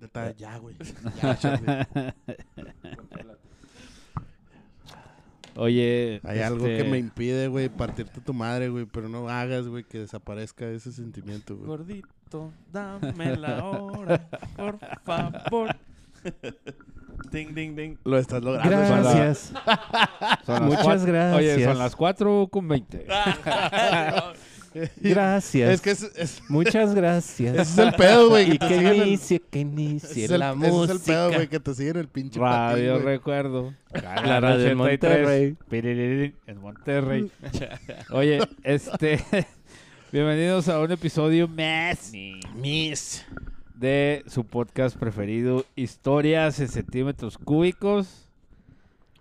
neta, ya, güey. Ya, Charlie. Oye. Hay algo que este, me impide, güey, partirte tu madre, güey, pero no hagas, güey, que desaparezca ese sentimiento, güey. Gordito, dame la hora, por favor. ding, ding, ding. Lo estás logrando. Charlie. Gracias. son las Muchas cuat- Oye, gracias. son las 4 con 20. Gracias. Es que es, es- Muchas gracias. ese es el pedo, güey. y te que siguen el- inicie, que ese inicie es el, la ese música. es el pedo, güey, que te siguen el pinche patín, Radio güey. Recuerdo. La radio en 83, Monterrey. piririrín, En Monterrey. Oye, este. Bienvenidos a un episodio más Mis. de su podcast preferido, Historias en Centímetros Cúbicos,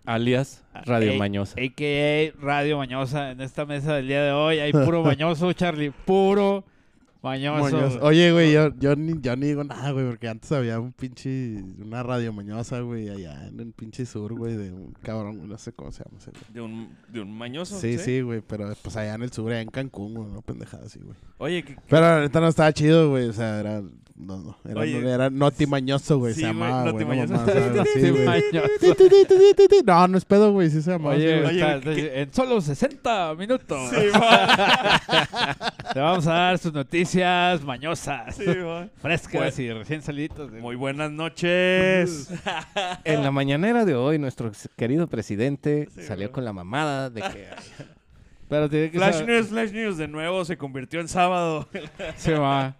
Alias Radio Ey, Mañosa. a.k.a. Radio Mañosa. En esta mesa del día de hoy hay puro mañoso, Charlie, puro mañoso. Moñoso. Oye, güey, yo, yo, ni, yo ni digo nada, güey, porque antes había un pinche, una radio mañosa, güey, allá en el pinche sur, güey, de un cabrón, güey, no sé cómo se llama ese, güey. De un, de un mañoso. Sí, sí, güey, pero pues allá en el sur, allá en Cancún, güey, no pendejada así, güey. Oye, que, Pero la neta no estaba chido, güey, o sea, era, no, no, era, Oye. no, era Noti Mañoso, güey, Sí, se güey, llamaba, Noti güey, no Mañoso. mamás, algo así, Sí, güey. mañoso. No, no es pedo, güey, sí se llamaba. así, Oye, güey. Oye, está- ¿qué- en solo 60 minutos sí, va, te vamos a dar sus noticias mañosas, sí, va. frescas Pues- y recién saliditas. de- Muy buenas noches. En la mañanera de hoy, nuestro querido presidente Sí, salió güey. con la mamada de que Pero tiene que Flash saber- News, Flash News de nuevo se convirtió en sábado. Se va.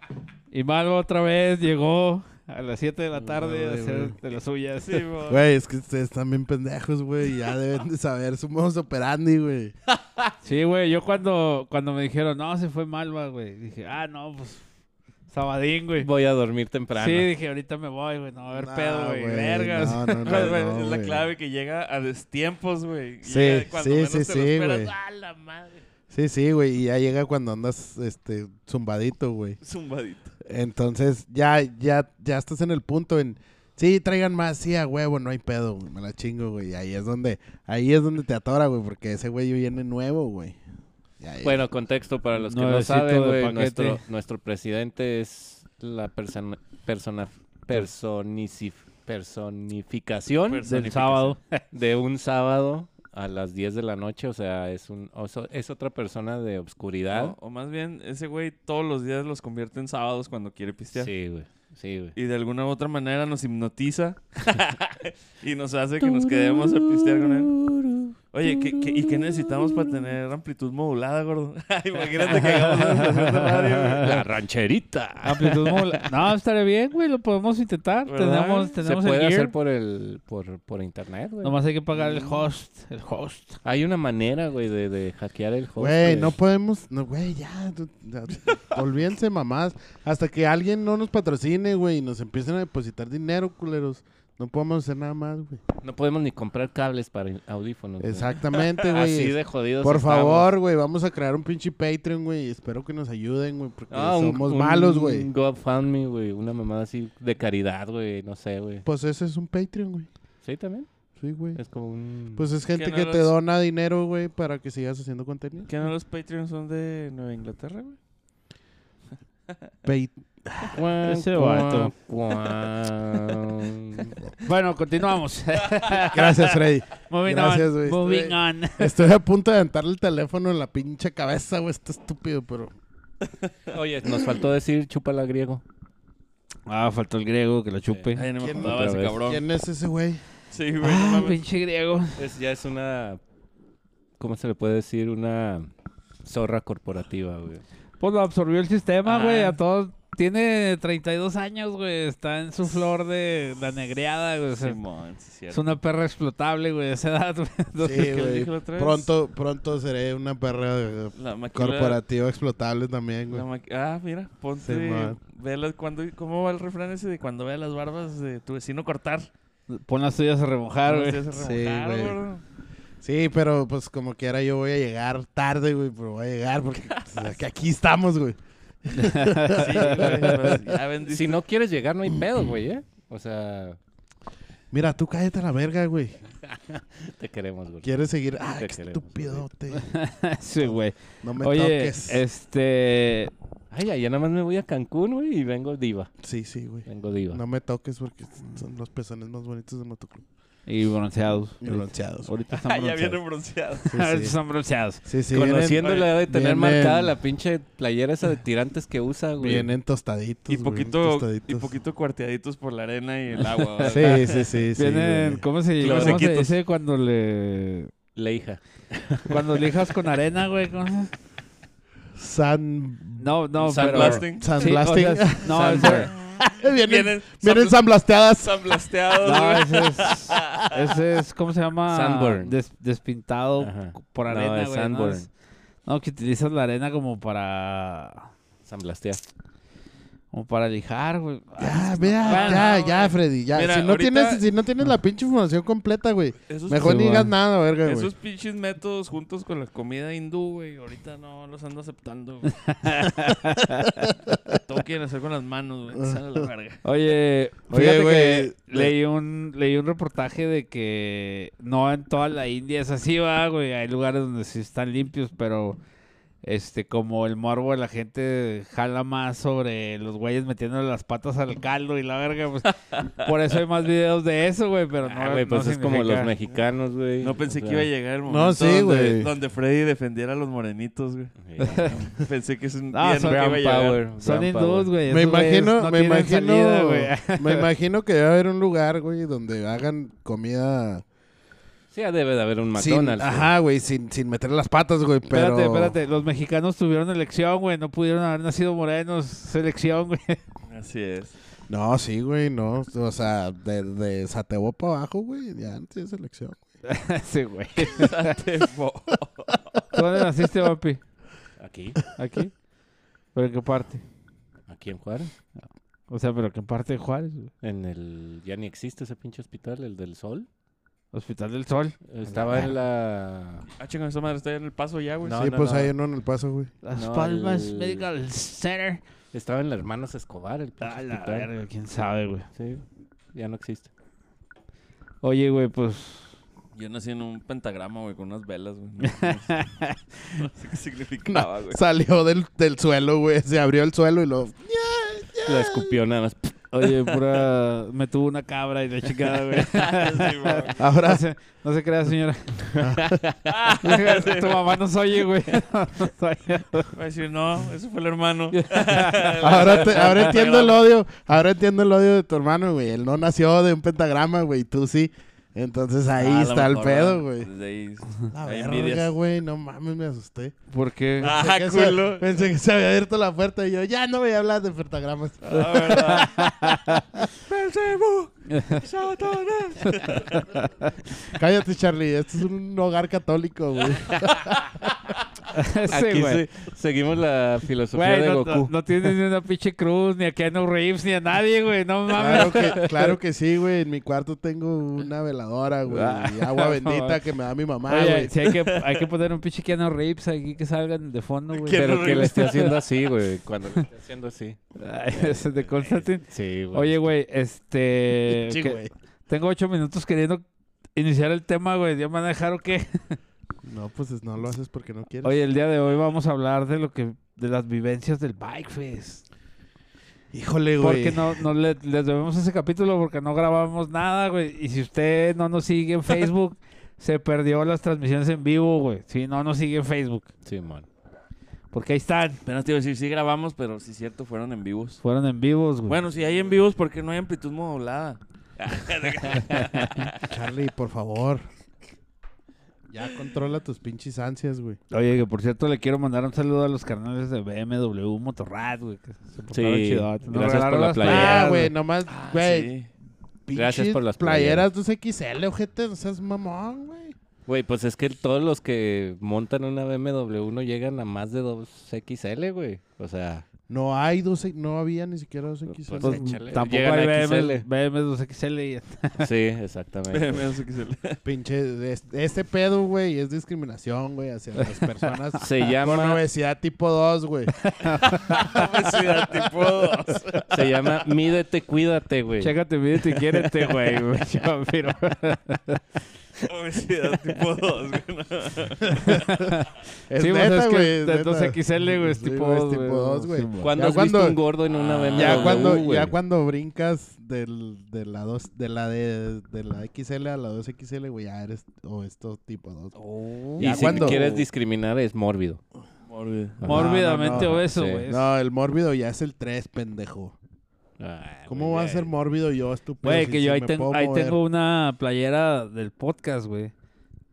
Y Malva otra vez llegó a las 7 de la tarde a Madre, hacer güey. de las suyas. Sí, va. Güey, es que ustedes están bien pendejos, güey, ya deben de saber su modus operandi, güey. Sí, güey. Yo cuando, cuando me dijeron, no, se fue Malva, güey. Dije, ah, no, pues. Sabadín, güey. voy a dormir temprano. Sí, dije, ahorita me voy, güey. No, va a haber No, pedo, güey. güey, Vergas. no, no, no, Pues, Güey, güey, no, es la güey. clave que llega a destiempos, güey. Sí, Llega cuando sí, menos sí, te lo sí, esperas. güey. ¡Ah, la madre! Sí, sí, güey, y ya llega cuando andas, este, zumbadito, güey. Zumbadito. Entonces, ya, ya, ya estás en el punto en, sí, traigan más, sí, a huevo, no hay pedo, güey, me la chingo, güey. Y Ahí es donde, ahí es donde te atora, güey, porque ese güey viene nuevo, güey. Y ahí- Bueno, contexto para los que no Nuevecito de saben, güey, paquete. nuestro, nuestro presidente es la persona, persona personicif- personificación Del Personificación. sábado. de un sábado a las 10 de la noche, o sea, es un o so- es otra persona de ¿Ah? obscuridad. O, o más bien, ese güey todos los días los convierte en sábados cuando quiere pistear. sí, güey. Sí, güey. Y de alguna u otra manera nos hipnotiza y nos hace que nos quedemos a pistear con él. Oye, ¿qué, qué- y qué necesitamos para tener amplitud modulada, gordo? Imagínate que hagamos una estación de radio, güey. La rancherita. Amplitud modula- No, estaré bien, güey. Lo podemos intentar. ¿Verdad? Tenemos, Se tenemos el puede gear. hacer por el por, por internet, güey. Nomás hay que pagar el host. El host. Hay una manera, güey, de, de hackear el host. Güey, no podemos, no, güey, ya, tú- ya, olvídense mamás, hasta que alguien no nos patrocine, güey, y nos empiecen a depositar dinero, culeros. No podemos hacer nada más, güey. No podemos ni comprar cables para el- audífonos. güey. Exactamente, güey. Así de jodidos. Por estamos. favor, güey, vamos a crear un pinche Patreon, güey. Espero que nos ayuden, güey, porque Ah, un- somos un malos, güey. GoFundMe, güey. Una mamada así de caridad, güey. No sé, güey. Pues ese es un Patreon, güey. Sí, también. Sí, güey. Es como un. Pues es gente Que no que te los- dona dinero, güey, para que sigas haciendo contenido. ¿Qué no los Patreons son de Nueva Inglaterra, güey? Pay- Cuán, Ese cuán, vato. cuán. Bueno, continuamos. Gracias, Freddy. Moving Gracias, on. güey. Moving Estuve- on. Estoy a punto de aventarle el teléfono en la pinche cabeza, güey. Está estúpido, pero... Oye, nos faltó decir chúpala griego. Ah, faltó el griego que lo chupe. Ay, no me ¿Quién- acordaba ese otra vez? cabrón. ¿Quién es ese güey? Sí, güey, no Ah, mames. pinche griego. Es, ya es una. ¿Cómo se le puede decir? Una zorra corporativa, güey. Pues lo absorbió el sistema, Ah. güey. A todos. Tiene 32 años, güey. Está en su flor de la negreada, güey. O sea, Simón, sí, es es cierto. una perra explotable, güey, de esa edad, güey. Entonces, Sí, ¿qué le dije güey. la otra vez? Pronto, pronto seré una perra eh, La maquila- corporativa explotable también, la güey. maqui- ah, mira, ponte. Simón. velas cuando, ¿Cómo va el refrán ese de cuando veas las barbas de tu vecino cortar? Pon las tuyas a remojar, No güey. seas Sí, remojar, güey. gordo. Sí, pero pues como quiera yo voy a llegar tarde, güey, pero voy a llegar porque o sea, que aquí estamos, güey. Sí, güey, pues, ya bendito. Si no quieres llegar, no hay pedo, güey, ¿eh? O sea, Mira, tú cállate a la verga, güey. te queremos, güey. ¿Quieres seguir? Ah, Te qué queremos, estupidote. sí, güey. No me Oye, toques. este. Ay, ya nada más me voy a Cancún, güey, y vengo diva. Sí, sí, güey. Vengo diva. No me toques porque son los pezones más bonitos de motoclub. Y bronceados. Y bronceados. güey. Ahorita están Ah, ya bronceados. viene bronceado. Ahorita Sí, sí. están bronceados. Sí, sí, vienen- Conociéndole, vienen- ha de tener vienen- marcada la pinche playera esa de tirantes que usa, güey. Vienen tostaditos. Y güey, poquito, y tostaditos. poquito cuarteaditos por la arena y el agua. ¿verdad? Sí, sí, sí. sí, Vienen, güey. ¿cómo se llama? Claro. ¿Cómo se Sequitos. dice cuando le... La hija. Cuando lijas con arena, güey? ¿cómo se- San. No, no, pero... Sandblasting. Sí, o Sunblasting. sea, no, Sand- ese, vienen Vienen vienen san- sanblasteadas. Sandblasteados. no, güey. ese es... Ese es, ¿cómo se llama? Sunburn. Des- despintado Ajá. por No, arena, es güey. ¿no? Sunburn. Es- no, que utilizas la arena como para... San Blastea. Como para lijar, güey. Ya, Bueno, vea, ya, güey. ya, Freddy. Ya. Mira, si, no ahorita- tienes, si no tienes la pinche información completa, güey. Esos, Mejor ni Sí, digas güey. nada, verga, güey. esos pinches métodos juntos con la comida hindú, güey. Ahorita no los ando aceptando, güey. Todo quieren hacer con las manos, güey. Sale la verga. Oye, Oye, fíjate güey, que leí un, leí un reportaje de que no en toda la India es así, va, güey. Hay lugares donde sí están limpios, pero este, como el morbo de la gente jala más sobre los güeyes metiéndole las patas al caldo y la verga, pues por eso hay más videos de eso, güey, pero no. Ah, güey, pues no es como los significa- mexicanos, güey. No pensé O sea, eh, que iba a llegar el momento sí, donde, güey. donde Freddy defendiera a los morenitos, güey. sí. Pensé que es un Ah, día son no que iba a Brown llegar. Power. Son Brown hindús, güey. Power. Me esos güeyes imagino, no me tienen imagino, salida, güey. me imagino que debe haber un lugar, güey, donde hagan comida Sí, ya debe de haber un sin, McDonald's. güey. ajá, güey, sin, sin meter las patas, güey, pero Espérate, espérate. Los mexicanos tuvieron elección, güey. No pudieron haber nacido morenos. Selección, güey. Así es. no, sí, güey, no, o sea, de, de Satebo para abajo, güey, ya no tienes elección. Ese güey. Date bo- ¿Tú ¿Dónde naciste, papi? Aquí, ¿Aquí? ¿Pero en qué parte? aquí en Juárez. O sea, ¿pero en qué parte de Juárez? güey? En el... Ya ni existe ese pinche hospital, el del Sol. Hospital del Sol. Estaba en la... Ah, chingón, esa madre está ya en el paso ya, güey. No, sí, no, pues no. ahí no en el paso, güey. Las No, Palmas el- Medical Center. Estaba en la Hermanos Escobar, el pinche A Ah, la hospital. verga, quién sabe, güey. Sí, ya no existe. Oye, güey, pues... Yo nací en un pentagrama, güey, con unas velas, güey. No, sé- no sé qué significaba, güey. Salió del, del suelo, güey, se abrió el suelo y lo... La escupió nada más. Oye, pura... Me tuvo una cabra y la chingada, güey. Sí, güey. No Ahora, se, no se crea, señora. Ah, tu mamá nos oye, güey. Nos oye. Va a decir, no, ese fue el hermano. ahora, te- ahora entiendo el odio, ahora entiendo el odio de tu hermano, güey, él no nació de un pentagrama, güey, tú sí, entonces ahí Ah, a lo está el mejor, pedo, güey. ¿verdad? Desde ahí. La Hay verga, envidias. güey, no mames, me asusté. ¿Por qué? Ah, que se- culo. pensé que se había abierto la puerta y yo, ya no voy a hablar de pentagramas. Ah, verdad. Cállate, Charlie, esto es un hogar católico, güey. Ese, Aquí güey. se- seguimos la filosofía Güey, de no, Goku. no- no tienes ni una pinche cruz, ni a Keanu Reeves, ni a nadie, güey. No Claro mames. que, claro que sí, güey. En mi cuarto tengo una veladora, güey. Y agua bendita que me da mi mamá, Oye, güey. si hay que, hay que poner un pinche Keanu Reeves aquí que salgan de fondo, güey. Keanu Pero que le esté haciendo así, güey. Cuando le esté haciendo así. Ay, ese de Constantine. Sí, güey. Oye, güey, este... Sí, que- güey. tengo ocho minutos queriendo iniciar el tema, güey. ¿Ya me van a dejar o qué? No, pues es- no lo haces porque no quieres. Oye, el día de hoy vamos a hablar de lo que... De las vivencias del Bike Fest. Híjole, Porque güey. no, no le- les debemos ese capítulo porque no grabamos nada, güey. Y si usted no nos sigue en Facebook, se perdió las transmisiones en vivo, güey. Si no nos sigue en Facebook. Sí, man. Porque ahí están. Apenas te iba a decir, sí grabamos, pero sí, cierto, fueron en vivos. Fueron en vivos, güey. Bueno, si hay en vivos, ¿por qué no hay amplitud modulada? Charlie, por favor. Ya controla tus pinches ansias, güey. Oye, que por cierto le quiero mandar un saludo a los canales de BMW Motorrad, güey. Que se portaron Sí, chidotes. Nos gracias regalaron por la las playera. playeras, Ah, güey, nomás, Ah, güey. sí. Gracias pinches por las playeras. 2XL, ojete, no seas mamón, güey. Güey, pues es que todos los que montan una BMW no llegan a más de 2XL, güey. O sea, No hay 12, no había ni siquiera 2XL. Pues, güey. Échale. Tampoco Llegan hay a BMW, XL. BMW 2XL. y- sí, exactamente. Me hace que se le- Pinche, es- este pedo, güey, es discriminación, güey, hacia las personas Se con llama, obesidad tipo 2, güey. Obesidad tipo dos. se llama Mídete, cuídate, güey. Chécate, mírate y quiérete, güey. güey, yo, pero- Obesidad tipo 2, güey. ¿no? Es sí, pues, es neta, que güey. es de neta. 2XL, güey, es Sí, tipo güey, es 2, tipo dos, güey. Sí, Ah, mo. ¿Cuándo Ya has visto cuando- Ah, un gordo en una BMW? Ya cuando, güey? ya cuando brincas del, de la dos, de la de, de la XL a la 2XL, güey, ya eres o esto tipo 2. Y ya si cuando- quieres discriminar es mórbido. Mórbido. Mórbidamente No, no, no. obeso, Sí. güey. No, el mórbido ya es el 3, pendejo. Ah, ¿Cómo va a ser mórbido yo, estúpido? Güey, si- que si yo ahí, me tengo, puedo ahí mover? tengo una playera del podcast, güey.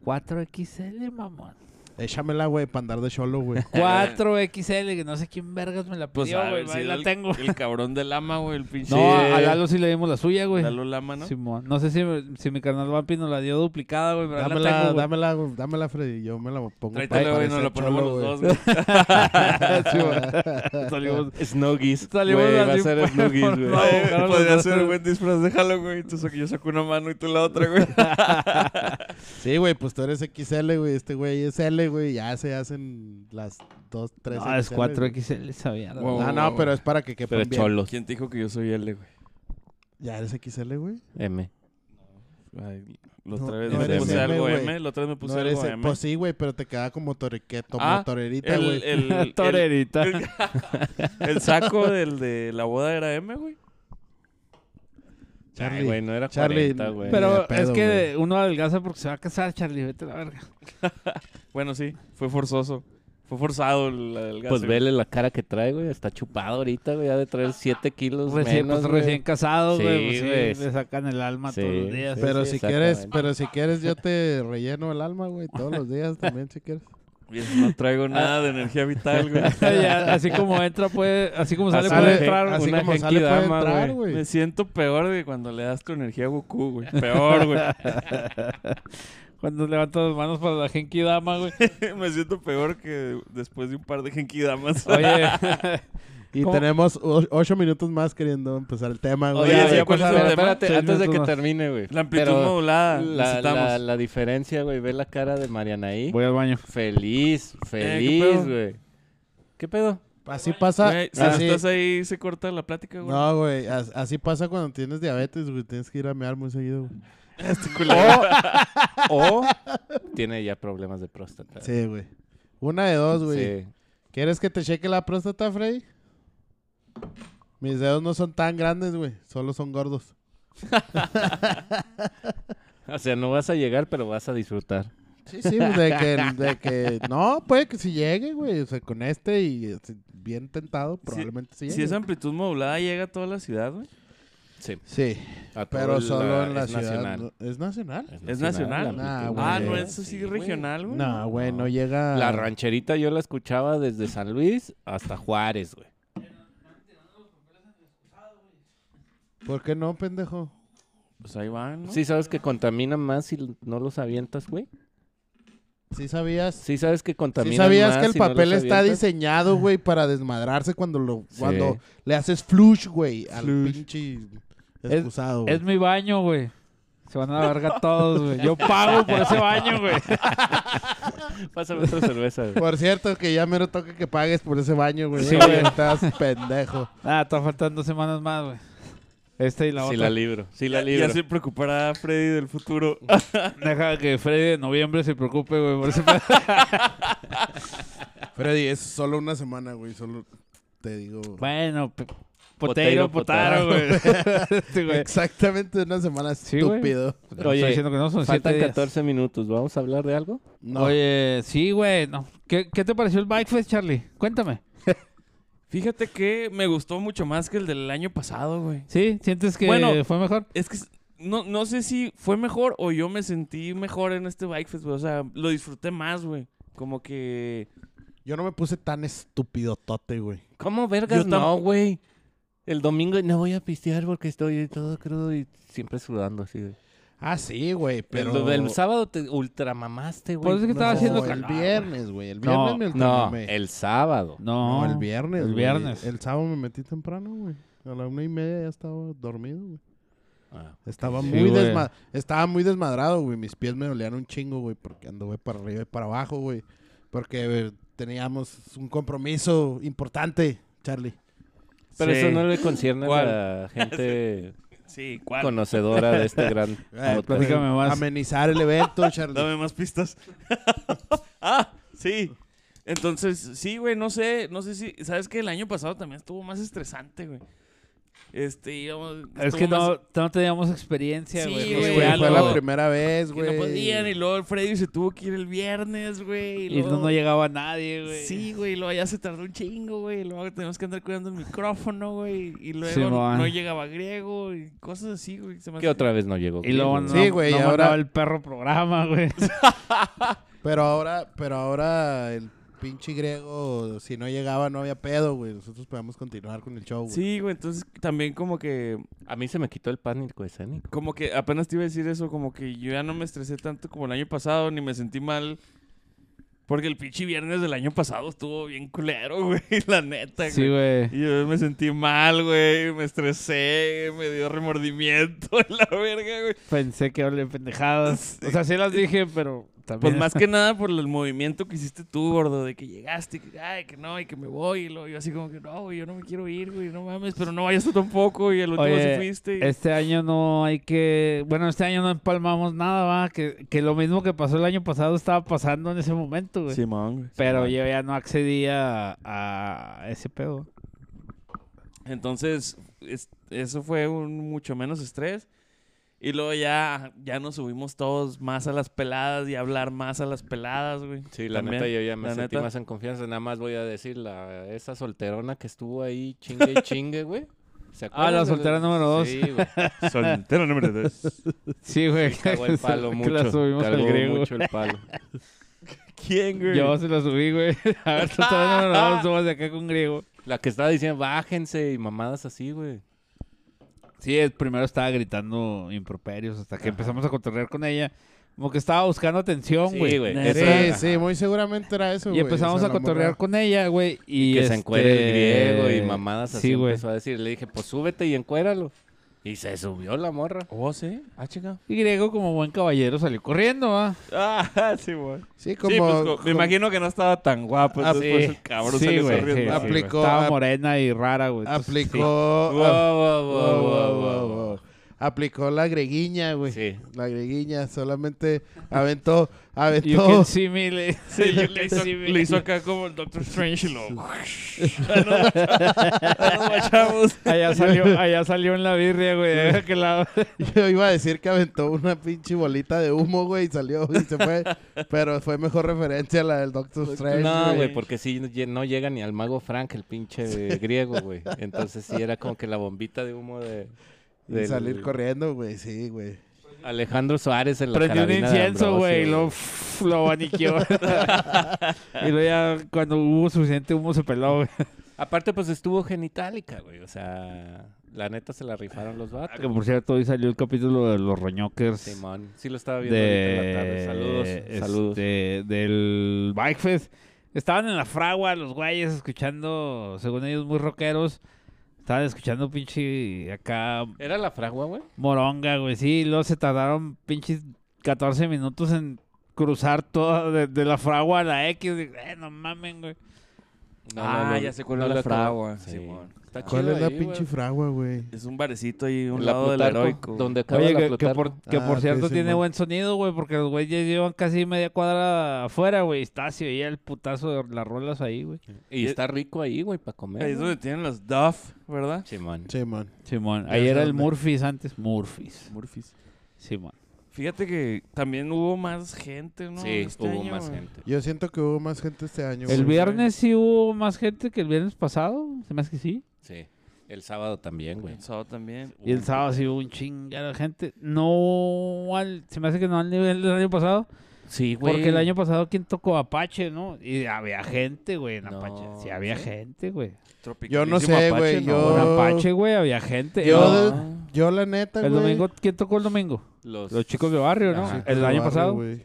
4XL, mamón. Eh. Échamela, güey, para andar de cholo, güey. 4XL, que no sé quién vergas me la Pues pidió, a güey. ver, ahí si la el, tengo. El cabrón de Lama, güey, el pinche. No, a Lalo sí le dimos la suya, güey. Lalo Lama, ¿no? Simón. No sé si, si mi carnal Vampi nos la dio duplicada, güey, pero ahí la Dámela, tengo, güey. dámela, güey, dámela, Freddy. Yo me la pongo. Tráetelo, para güey, nos parecer lo ponemos cholo, los güey. dos, güey. Salimos- Snuggies. Salimos Güey, a va a limpiar, ser Snuggies, por güey. favor. Ay, Carlos, Podría no ser sé. buen disfraz de Halloween. Tú sac- yo saco una mano y tú la otra, güey. Sí, güey, pues tú eres XL, güey. Este güey es L, güey. Ya se hacen las 2, 3. No, es 4XL, sabía. Wow. No, no, pero es para que quepan Pero bien. cholos. ¿Quién te dijo que yo soy L, güey? Ya eres XL, güey. M. Ay, la No, otra vez no me eres puse M, algo güey. M, la otra vez me puse No eres algo M. Pues sí, güey, pero te queda como torrequeto, Ah, como torerita, el, el, güey. el- Torerita. el- el saco del de la boda era M, güey. Charlie. Ay, güey, no era Charlie, 40, güey. ni Pero de pedo, es que uno adelgaza porque se va a casar, Charlie. Vete a la verga. Bueno, sí, fue forzoso. Fue forzado el, el Pues vele la cara que trae, güey. Está chupado ahorita, güey. Ha de traer 7 kilos Recién, menos, pues, güey. recién casado, Sí, güey. pues, sí, güey. le sacan el alma Sí, todos los días. sí, Pero sí, si quieres, exactamente. pero si quieres yo te relleno el alma, güey, todos los días también si quieres. No traigo nada de energía vital, güey. Ya, así como entra, puede. Así como sale, Sale- puede entrar. así una como sale puede genkidama, entrar, güey. güey. Me siento peor de cuando le das tu energía a Goku, güey. Peor, güey. Cuando levanta las manos para la Genki Dama, güey. Me siento peor que después de un par de genkidamas. Oye, Y ¿Cómo? tenemos o- ocho minutos más queriendo empezar el tema, güey. Oye, Ya, sí, ya, ¿cuál pues, es a el ver, tema? espérate, Seis antes de que minutos más. termine, güey. La amplitud Pero modulada La, necesitamos. la, la diferencia, güey. Ve la cara de Marianaí. voy al baño. Eh, Feliz, pedo? feliz, güey. ¿Qué pedo? Así pasa, Güey, si así, no estás ahí, se corta la plática, güey. ah, No, güey, as- así pasa cuando tienes diabetes, güey, tienes que ir a mear muy seguido. güey. O tiene ya problemas de próstata. Sí, güey. Una de dos, güey. Sí. ¿Quieres que te cheque la próstata, Freddy? Mis dedos no son tan grandes, güey. Solo son gordos. O sea, no vas a llegar, pero vas a disfrutar. Sí, sí, pues, de que, de que... No, puede que si llegue, güey. O sea, con este y este, bien tentado, probablemente sí, Si llegue. esa amplitud modulada llega a toda la ciudad, güey. Sí. Sí, A todo pero el- solo en la es ciudad. Nacional. ¿no? ¿Es nacional? ¿Es nacional? la Nah, amplitud. güey. Ah. Ah, no, güey. eso sí, Sí, güey. regional, güey. No, güey, no No. llega... La rancherita yo la escuchaba desde San Luis hasta Juárez, güey. ¿Por qué no, pendejo? Pues ahí van, ¿no? ¿Sí sabes que contamina más si no los avientas, güey? ¿Sí sabías? ¿Sí sabes que contamina ¿Sí más sabías que el si no los papel está avientas? diseñado, güey, para desmadrarse cuando lo Sí. cuando le haces flush, güey, al Flush. pinche excusado? güey. Es mi baño, güey. Se van a la verga todos, güey. Yo pago por ese baño, güey. Pásame otra cerveza, güey. Por cierto, que ya mero toca que pagues por ese baño, güey. Sí, Sí, güey. Estás pendejo. Ah, está faltando dos semanas más, güey. Esta y la Sí otra. la libro, sí la Ya libro. se preocupará a Freddy del futuro. Deja que Freddy de noviembre se preocupe, güey, por ese pedo. Freddy, es solo una semana, güey. Solo te digo. Bueno, pe- potero, Potero, potaro, potaro. güey. Este, güey. Exactamente una semana, Sí, güey. estúpido. Estoy Oye, diciendo que no son siete Faltan días. 14 minutos, ¿vamos a hablar de algo? No. Oye, sí, güey. No. ¿Qué, ¿Qué te pareció el Bike Fest, Charlie? Cuéntame. Fíjate que me gustó mucho más que el del año pasado, güey. ¿Sí? ¿Sientes que Bueno. fue mejor? Es que s- no, no sé si fue mejor o yo me sentí mejor en este Bike Fest, güey. O sea, lo disfruté más, güey. Como que... Yo no me puse tan estúpido tote, güey. ¿Cómo vergas Yo tam- no, güey? El domingo no voy a pistear porque estoy todo crudo y siempre sudando así. güey. Ah, sí, güey, pero... El, el sábado te ultramamaste, güey. Pues es que estaba No, haciendo el calor, güey. viernes, güey. El No, viernes me No, ultramamé. el sábado. No. No, el viernes. el güey. viernes. El sábado me metí temprano, güey. A la una y media ya estaba dormido, güey. Ah. Estaba, Sí, muy güey. desma- estaba muy desmadrado, güey. Mis pies me dolían un chingo, güey, porque anduve para arriba y para abajo, güey. Porque eh, teníamos un compromiso importante, Charlie. Pero Sí. eso no le concierne ¿Cuál? a la gente Sí, ¿cuál? conocedora de este gran Eh, podcast. platícame más. Amenizar el evento, Charlie. Dame más pistas. ah, sí. Entonces, sí, güey, no sé, no sé si, ¿sabes que El año pasado también estuvo más estresante, güey. Este, íbamos... Es estuvo que más- no, no teníamos experiencia, Sí, güey. Sí, Nos güey, güey, fue fue algo- la primera vez, que güey. no podían y luego el Freddy se tuvo que ir el viernes, güey. Y no, luego- no llegaba nadie, güey. Sí, güey, luego ya se tardó un chingo, güey. Luego tenemos que andar cuidando el micrófono, güey. Y luego Simón. no llegaba griego y cosas así, güey. Se me Que hace- otra vez no llegó. Y luego no, Sí, güey, no y ahora- mandaba el perro programa, güey. Pero ahora, pero ahora el pinche griego, si no llegaba, no había pedo, güey. Nosotros podíamos continuar con el show, güey. Sí, güey, entonces también como que A mí se me quitó el pánico escénico. Como que apenas te iba a decir eso, como que yo ya no me estresé tanto como el año pasado, ni me sentí mal. Porque el pinche viernes del año pasado estuvo bien culero, güey, la neta, Sí, güey. güey. Y yo me sentí mal, güey, me estresé, me dio remordimiento en la verga, güey. Pensé que hablé pendejadas. O sea, sí las dije, pero también. Pues más que nada por el movimiento que hiciste tú, gordo, de que llegaste, y que, ay, que no, y que me voy. Y luego yo así como que, no, güey, yo no me quiero ir, güey, no mames, pero no vayas tú tampoco. Y al último Oye, sí fuiste. y- Este año no hay que. Bueno, este año no empalmamos nada, va. Que, que lo mismo que pasó el año pasado estaba pasando en ese momento, güey. Simón, güey. Pero Simón. yo ya no accedía a ese pedo. Entonces, es- eso fue un mucho menos estrés. Y luego ya, ya nos subimos todos más a las peladas y a hablar más a las peladas, güey. Sí, la También, neta yo ya me la sentí neta. más en confianza. Nada más voy a decir la esa solterona que estuvo ahí chingue y chingue, güey. ¿Se acuerdan la de soltera número dos. Sí, güey. Soltero número dos. Sí, güey. Cagó el palo Que mucho. La subimos al Cagó griego. mucho el palo. ¿Quién, güey? Yo se la subí, güey. A ver, tú todavía no me la subas de acá con griego. La que estaba diciendo, bájense y mamadas así, güey. Sí, el primero estaba gritando improperios hasta que empezamos a cotorrear con ella. Como que estaba buscando atención, Sí, güey. güey. Neta. Sí, Esa- sí, muy seguramente era eso, Y güey. empezamos O sea, a la morra- cotorrear con ella, güey. Y que se este- encuere el griego y mamadas así Sí, güey. empezó a decir. Le dije, pues súbete y encuéralo. Y se subió la morra. Oh, sí. Ah, chica. Y griego, como buen caballero, salió corriendo, ¿ah? Ah, sí, güey. Sí, sí, pues, como. co- como- me imagino que no estaba tan guapo. Ah, entonces, sí. pues, el cabrón Sí, salió güey. sí, corriendo. sí, güey. Aplicó Estaba a- morena y rara, güey. entonces, Aplicó. Wow, wow, wow, Wow, wow, wow, wow, wow, wow. wow. Aplicó la greguiña, güey. Sí. La greguiña solamente aventó, sí. You can aventó, see me, le- Sí, yo le hizo, eh. Sí, güey. le hizo acá como el Doctor Strange y lo... Ya nos- ya nos guachamos. Allá salió, allá salió en la birria, güey. de aquel lado. yo iba a decir que aventó una pinche bolita de humo, güey, y salió y se fue, pero fue mejor referencia a la del Doctor Strange. No, güey. güey, porque sí lle- no llega ni al mago Frank, el pinche eh, griego, güey. Entonces sí era como que la bombita de humo de, Y del- salir corriendo, güey, sí, güey. Alejandro Suárez en la Prendió un carabina de incienso, güey, y Ambrosio, lo, f- lo abaniqueó. y luego ya cuando hubo suficiente humo se peló, güey. Aparte, pues estuvo genitálica, güey. O sea, la neta se la rifaron los vatos. Ah, Que por cierto, hoy salió el capítulo de los roñokers. Simón, sí lo estaba viendo ahorita en la tarde. de Saludos, saludos. este, del Bikefest. Estaban en la fragua los güeyes escuchando, según ellos, muy rockeros. Estaban escuchando pinche acá ¿Era la fragua, güey? moronga, güey. Sí, luego se tardaron pinches 14 minutos en cruzar toda de, de la fragua a la X. Eh, no mamen, güey. No, Ah, no, no, ya sé cuál no es la lo acabo- fragua, Sí. Simón. Está ¿Cuál chido es la ahí, pinche güey. fragua, güey? Es un barecito ahí, un La lado del Plutarco, heroico. Donde acaba Oye, la que, que Plutarco. por, que Ah, por sí, cierto sí, tiene mon. buen sonido, güey, porque los güeyes ya llevan casi media cuadra afuera, güey. y Está así, oía el putazo de las rolas ahí, güey. Y está rico ahí, güey, para comer. Ahí es güey. donde tienen los Duff, ¿verdad? Simón. Sí, man. Simón, Ya ahí sé era el dónde. Murphys antes. Murphys. Murphys. Simón. Fíjate que también hubo más gente, ¿no? sí, Este hubo año, más güey. gente. Yo siento que hubo más gente este año. El güey. viernes sí hubo más gente que el viernes pasado, se me hace que sí. Sí. El sábado también, güey. El sábado también. Y el sábado sí hubo un chingar de gente. No al, se me hace que no al nivel del año pasado. Sí, güey. Porque el año pasado quien tocó Apache, ¿no? Y había gente, güey, en No, Apache. Sí, había ¿sí? gente, güey. Yo no sé, Tropicalísimo güey, Apache, yo- Con Oh. Apache, güey, había gente. Yo, este, No, de- yo la neta, el güey. domingo, ¿quién tocó el domingo? Pues, Los chicos de barrio, ¿no? Ajá. Sí, el fue año barrio, pasado. güey.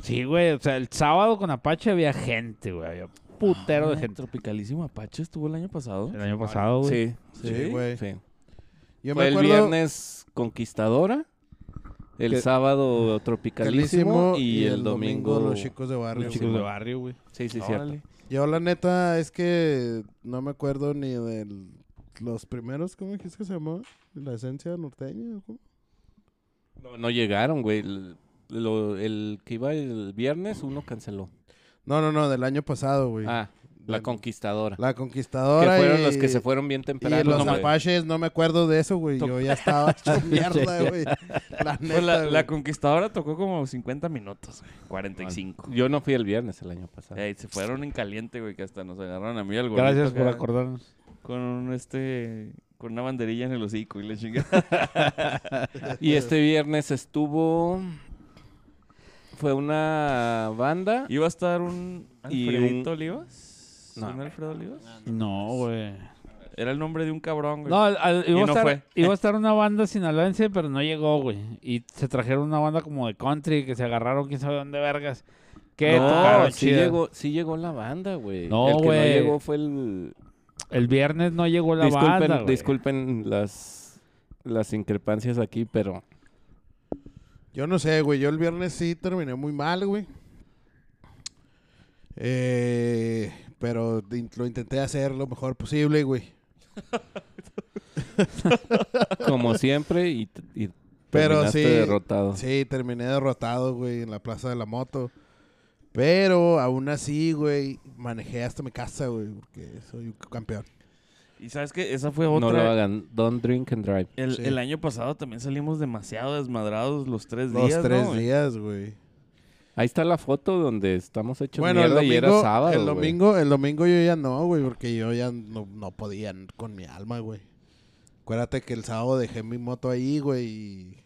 Sí, güey. O sea, el sábado con Apache había gente, güey. Había putero de Ah, gente. Tropicalísimo Apache estuvo el año pasado. El año pasado, güey. Sí, Sí, güey. sí. Yo Fue me el acuerdo viernes Conquistadora, el Que- sábado Tropicalísimo Calísimo y, el domingo... los chicos de barrio. Los güey. chicos de barrio, güey. Sí, sí, Órale. cierto. Yo la neta es que no me acuerdo ni del los primeros, ¿cómo dijiste que se llamaba? La esencia norteña. ¿cómo? No, no llegaron, güey. El, lo- el que iba el viernes, uno canceló. No, no, no, del año pasado, güey. Ah, la Del- conquistadora. La que conquistadora. fueron y- los que se fueron bien temprano. Y los güey. apaches, no me acuerdo de eso, güey. Yo ya estaba hecho mierda, güey. La neta, Pues la, la güey. conquistadora tocó como 50 minutos, güey. 45. Yo no fui el viernes el año pasado. Eh. Ey, se fueron en caliente, güey, que hasta nos agarraron a mí al gordito Gracias por acá acordarnos. Con un, este... Con una banderilla en el hocico y la chingada. Y este viernes estuvo... Fue una banda. Iba a estar un... Y un- ¿Alfredito Olivas? No. ¿Un Alfredo Olivas? No, güey. Era el nombre de un cabrón, güey. No, al- al- iba, Y a no estar, fue. iba a estar una banda sinaloense, pero no llegó, güey. Y se trajeron una banda como de country que se agarraron quién sabe dónde vergas. Que no, tocaron sí chida. llegó, sí llegó la banda, güey. No, el que no güey. llegó fue el... El viernes no llegó la disculpen, banda, güey. disculpen las, las increpancias aquí, pero... Yo no sé, güey. Yo el viernes sí terminé muy mal, güey. Eh, pero in- lo intenté hacer lo mejor posible, güey. como siempre y, t- y Pero terminaste sí, derrotado. Sí, terminé derrotado, güey, en la plaza de la moto. Pero aún así, güey, manejé hasta mi casa, güey, porque soy un campeón. Y sabes que esa fue No otra. lo hagan. Don't drink and drive. El, Sí. el año pasado también salimos demasiado desmadrados los tres Los días. tres ¿no, güey? días, güey. Ahí está la foto donde estamos hechos Bueno, el mierda y era domingo, sábado, el, güey. domingo, el domingo yo ya no, güey, porque yo ya no, no podía n- con mi alma, güey. Acuérdate que el sábado dejé mi moto ahí, güey, y,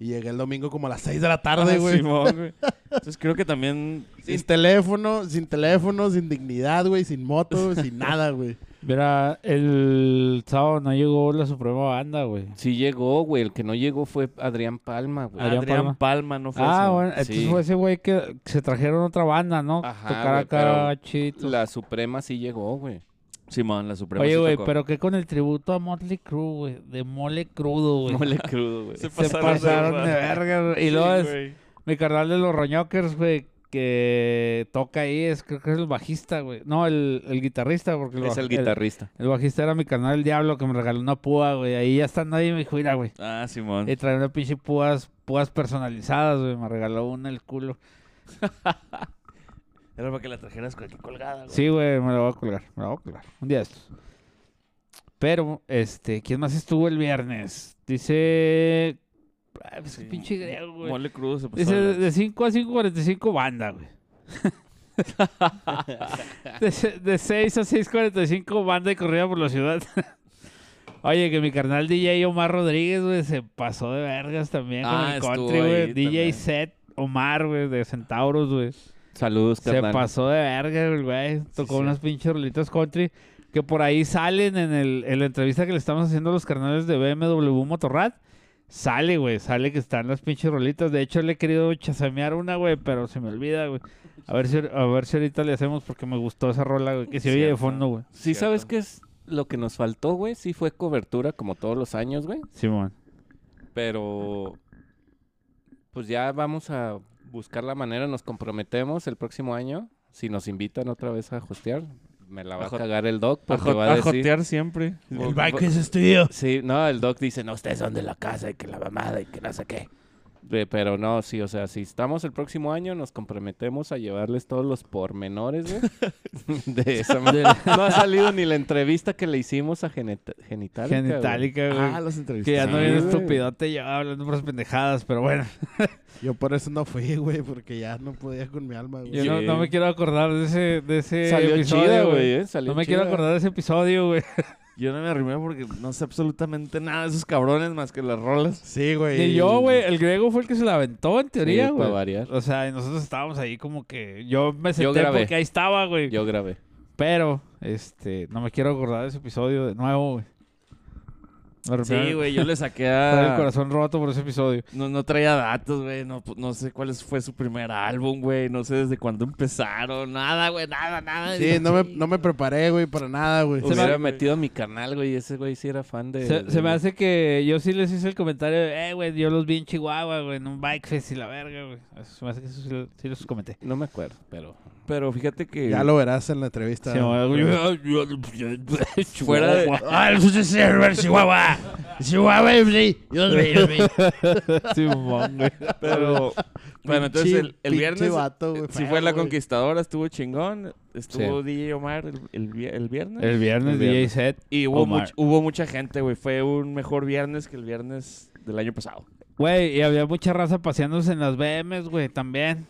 y llegué el domingo como a las seis de la tarde, Ah, güey. Simón, güey. Entonces creo que también. este sin teléfono, sin teléfono, sin dignidad, güey, sin moto, sin nada, güey. Mira, el sábado no llegó la Suprema Banda, güey. Sí llegó, güey. El que no llegó fue Adrián Palma, güey. Adrián Adrián, Palma. Palma. no fue. Ah, ese, güey. bueno, entonces Sí. fue ese güey que se trajeron otra banda, ¿no? Ajá, Tocar güey, acá pero chidito. La Suprema sí llegó, güey. Simón, la Suprema. Oye, sí güey, tocó. pero ¿qué con el tributo a Motley Crue, güey? De mole crudo, güey. Mole crudo, güey. Se Se pasaron, pasaron de verga, güey. Y luego es- güey. mi carnal de los Roñokers, güey, que toca ahí, es, creo que es el bajista, güey. No, el, el guitarrista, porque Es baj- el guitarrista. El, bajista era mi carnal el Diablo, que me regaló una púa, güey. Ahí ya está nadie me dijo, mira, güey. Ah, Simón. Y traía una pinche púas, púas personalizadas, güey. Me regaló una el culo. Era para que la trajeras con aquí colgada, güey. Sí, güey, me la voy a colgar, me la voy a colgar. Un día de estos. Pero, este, ¿quién más estuvo el viernes? Dice. Ah, pues, qué Sí. pues, pinche griego, güey. Mole crudo se pasó. Dice de de 5 a 5.45 banda, güey. de, se- de 6 a 6.45 banda y corrida por la ciudad. Oye, que mi carnal DJ Omar Rodríguez, güey, se pasó de vergas también Ah, con el estuvo country, ahí güey. DJ también. Set Omar, güey, de Centauros, güey. Saludos, Se carnal. pasó de verga, el güey. Tocó sí. unas pinches rolitas country que por ahí salen en, el, en la entrevista que le estamos haciendo a los carnales de BMW Motorrad. Sale, güey. Sale que están las pinches rolitas. De hecho, le he querido chasamear una, güey, pero se me olvida, güey. A ver si, a ver si ahorita le hacemos porque me gustó esa rola, güey, que se oye de Cierto. fondo, güey. Sí, Cierto. ¿sabes qué es lo que nos faltó, güey? Sí fue cobertura, como todos los años, güey. Simón. Pero... Pues ya vamos a buscar la manera. Nos comprometemos el próximo año. Si nos invitan otra vez a hostear, me la va a A jo- cagar el doc A, porque jo- va a a decir... jotear siempre. El es estudio. Sí, no, el doc dice, no, ustedes son de la casa y que la mamada y que no sé qué. Ve, Pero no, sí, o sea, si estamos el próximo año, nos comprometemos a llevarles todos los pormenores, güey. De esa ma- No ha salido ni la entrevista que le hicimos a Genet- Genitalica. güey. Genitalica, güey. Ah, los que entrevistas. ya no sí, viene güey. estupidote ya hablando por pendejadas, pero bueno. Yo por eso no fui, güey, porque ya no podía con mi alma, Yo güey. Sí. no, no me quiero acordar de ese, de ese Salió episodio, chida, güey. güey, eh, salió No me chida. quiero acordar de ese episodio, güey. Yo no me arrimé porque no sé absolutamente nada de esos cabrones más que las rolas. Sí, güey. Y yo, güey, el griego fue el que se la aventó en teoría, Sí, güey. para variar. O sea, y nosotros estábamos ahí como que yo me senté grabé. porque ahí estaba, güey. Yo grabé. Pero, este, no me quiero acordar de ese episodio de nuevo, güey. Sí, güey, Ah. yo le saqué Trae el a... corazón roto por ese episodio. No, no traía datos, güey. No, pues, no sé cuál es- fue su primer álbum, güey. No sé desde cuándo empezaron. Nada, güey. Nada, nada. Sí, no me, no me preparé, güey, para nada, güey. Se me- Hubiera metido a mi canal, güey. Ese güey sí era fan de. Se, de- se me hace que yo sí les hice el comentario, de, eh, güey, yo los vi en Chihuahua, güey, en un bike fest y la verga, güey. Eso Se me hace que eso sí, sí los comenté. No me acuerdo, pero. Pero fíjate que... Ya lo verás en la entrevista. Sí, güey. Fuera de... Ah, el José Silver, Chihuahua. Chihuahua, sí. Yo los vi, yo los vi. Simón, güey. Pero... bueno, entonces el, el Pinche viernes... vato, güey, Si feo, Eh, fue la güey. conquistadora, estuvo chingón. Estuvo DJ Omar el, el vi- el viernes. El viernes, El DJ viernes. set. Y hubo, Omar. much- hubo mucha gente, güey. Fue un mejor viernes que el viernes del año pasado. Güey, y había mucha raza paseándose en las BMs, güey, también.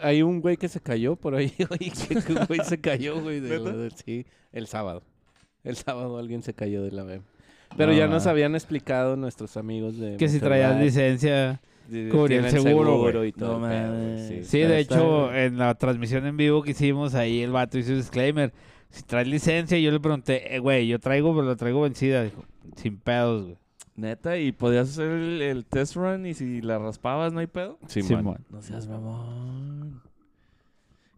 Hay un güey que se cayó por ahí. Oye, que que un güey se cayó, güey. de la- de- sí, el sábado. El sábado alguien se cayó de la BEM. Pero No, ya ma. nos habían explicado nuestros amigos de. Que si traías Monterrey, licencia. de- cubría el tienen seguro, güey. y todo. No el pedo, güey, mames. Sí, Pero de está- hecho, en la transmisión en vivo que hicimos, ahí el vato hizo un disclaimer. Si traes licencia, yo le pregunté, eh, güey, yo traigo, pero la traigo vencida. Dijo, sin pedos, güey. Neta, y podías hacer el, el test run y si la raspabas, no hay pedo. Simón. Simón. No seas mamón.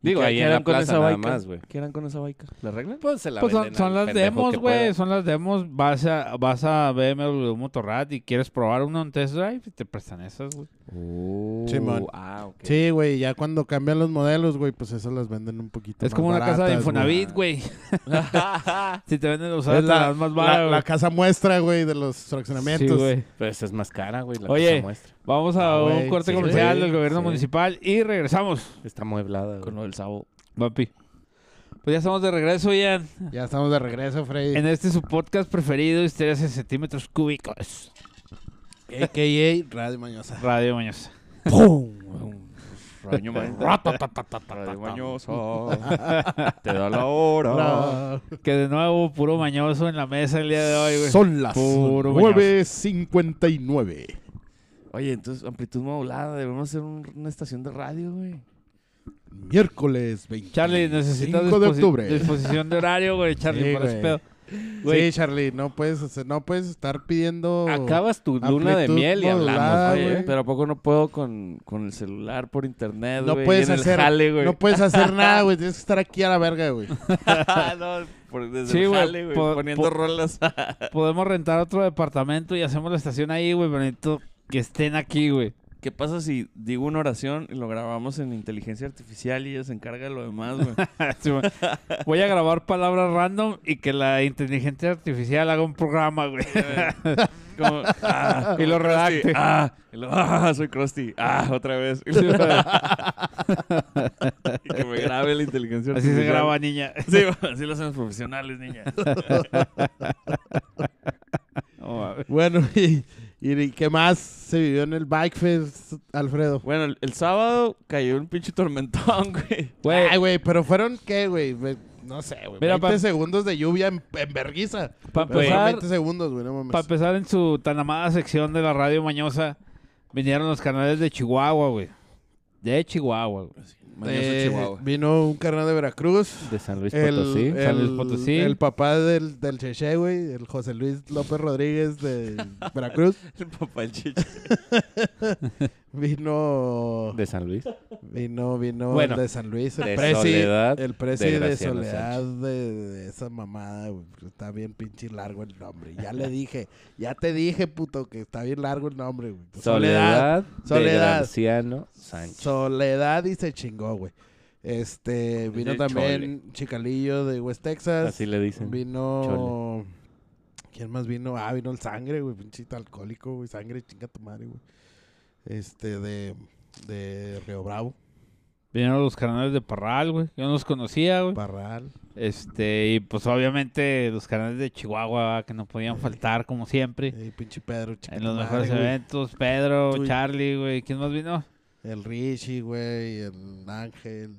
Digo, ¿Y qué- ahí qué en harán la plaza nada más, güey. ¿Qué harán con esa baica? ¿La arreglan? Pues se la Pues son, venden son al las pendejo demos, que güey. pueda. Son las demos. Vas a, vas a BMW Motorrad y quieres probar uno en test drive y te prestan esas, güey. Uh, Simón. Ah, ok. Sí, güey, ya cuando cambian los modelos, güey, pues esas las venden un poquito Es más como una casa de baratas, güey. Infonavit, güey. si te venden los Es la, las más la- la baratas. casa muestra, güey, de los pues, Sí, fraccionamientos. güey. Pero esa es más cara, güey. La Oye. Oye. muestra. Vamos a Ah, un güey, corte sí, comercial güey. del gobierno Sí. municipal y regresamos, Está mueblada, Con güey. lo del sabo. papi. Pues ya estamos de regreso, Ian. Ya estamos de regreso, Freddy. En este su podcast preferido, Histerias en Centímetros Cúbicos. AKA Radio Mañosa. Radio Mañosa. Raño mañosa. Te da la hora. Ah, Que de nuevo, puro mañoso en la mesa el día de hoy, güey. Son las Puro mañoso. 9.59. Oye, entonces, amplitud modulada. Debemos hacer un- una estación de radio, güey. Miércoles 20. Charlie, necesitas 5 de disposi- octubre. disposición de horario, güey, Charlie, Sí, para ese güey. pedo. Sí, Charlie, no puedes, hacer- no puedes estar pidiendo... Acabas tu luna de Amplitud miel y modulada, Ah, hablamos, güey. güey. Pero ¿a poco no puedo con, con el celular por internet, No güey? puedes Y en el hacer- jale, güey. No puedes hacer nada, güey. Tienes que estar aquí a la verga, güey. Ah, no, por- desde Sí, el güey, jale, güey. po- Poniendo po- rolas. Podemos rentar otro departamento y hacemos la estación ahí, güey, pero necesito que estén aquí, güey. ¿Qué pasa si digo una oración y lo grabamos en inteligencia artificial y ella se encarga de lo demás, güey? Sí, güey. Voy a grabar palabras random y que la inteligencia artificial haga un programa, güey. Como, ah, Y lo como Krusty, redacte. Ah, y lo- ah, soy Krusty. Ah, otra vez. Sí, güey. Y que me grabe la inteligencia Así artificial. se graba, niña. Sí, güey, así lo hacen los profesionales, niña. No, mames. Bueno, y, y ¿qué más se vivió en el Bike Fest, Alfredo? Bueno, el, el sábado cayó un pinche tormentón, güey. Güey, Ay, güey, pero fueron, ¿qué, güey? Ve- No sé, güey. Mira, 20 pa- segundos de lluvia en, en verguiza. para Pero fueron empezar, 20 segundos, güey, no mames. pa' empezar en su tan amada sección de la radio mañosa, vinieron los canales de Chihuahua, güey. De Chihuahua, güey. Mañoso Eh, Chihuahua. Vino un carnal de Veracruz. De San Luis el, Potosí. el- San Luis Potosí. el papá del, del Cheche, güey, el José Luis López Rodríguez de Veracruz. El papá del chicha. Vino, De San Luis. vino, vino Bueno, el de San Luis, el de presi, Soledad, el presi de de, Graciano Soledad de, de esa mamada, güey. porque Está bien pinche largo el nombre. Ya le dije, ya te dije, puto, que está bien largo el nombre, güey. Pues, Soledad. Soledad. De Graciano Sánchez. Soledad y se chingó, güey. Este, vino el también Chicalillo de West Texas. Así le dicen. Vino. ¿Quién más vino? Ah, vino el sangre, güey. Pinchito alcohólico, güey. Sangre, chinga tu madre, güey. Este, de. De Río Bravo, Vinieron los canales de Parral, güey. Yo no los conocía, güey. Parral. Este, y pues obviamente los canales de Chihuahua, ¿verdad? que no podían faltar, como siempre. eh, pinche Pedro, chinga En tu los madre, mejores güey. eventos, Pedro, Tú y- Charlie, güey. ¿Quién más vino? El Richie, güey. El Ángel.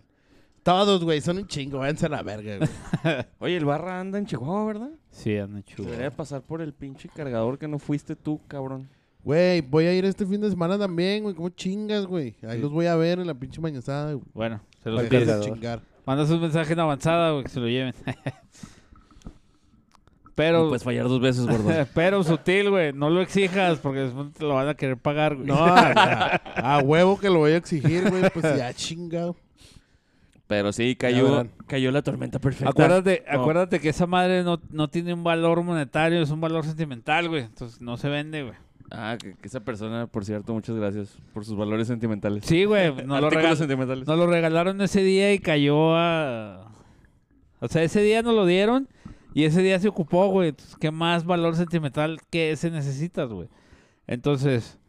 Todos, güey. Son un chingo. Váyanse a la verga, güey. Oye, el barra anda en Chihuahua, ¿verdad? Sí, andan chulo. Debería pasar por el pinche cargador que no fuiste tú, cabrón. Güey, voy a ir este fin de semana también, güey. ¿Cómo chingas, güey? Ahí Sí. los voy a ver en la pinche mañazada, güey. Bueno, se los Para pides. dejar de chingar. Manda sus mensajes en avanzada, güey, que se lo lleven. Pero, No puedes pues fallar dos veces, gordo. pero sutil, güey. No lo exijas porque después te lo van a querer pagar, güey. No, a, a- a huevo que lo voy a exigir, güey. Pues ya chingado. Pero sí, Ya cayó, verán. cayó la tormenta perfecta. Acuérdate, No. acuérdate que esa madre no, no tiene un valor monetario, es un valor sentimental, güey. Entonces no se vende, güey. Ah, que, que esa persona, por cierto, muchas gracias por sus valores sentimentales. Sí, güey. Nos, lo Artículos regal- sentimentales. nos lo regalaron ese día y cayó a. O sea, ese día nos lo dieron y ese día se ocupó, güey. Entonces, ¿qué más valor sentimental que ese necesitas, güey? Entonces,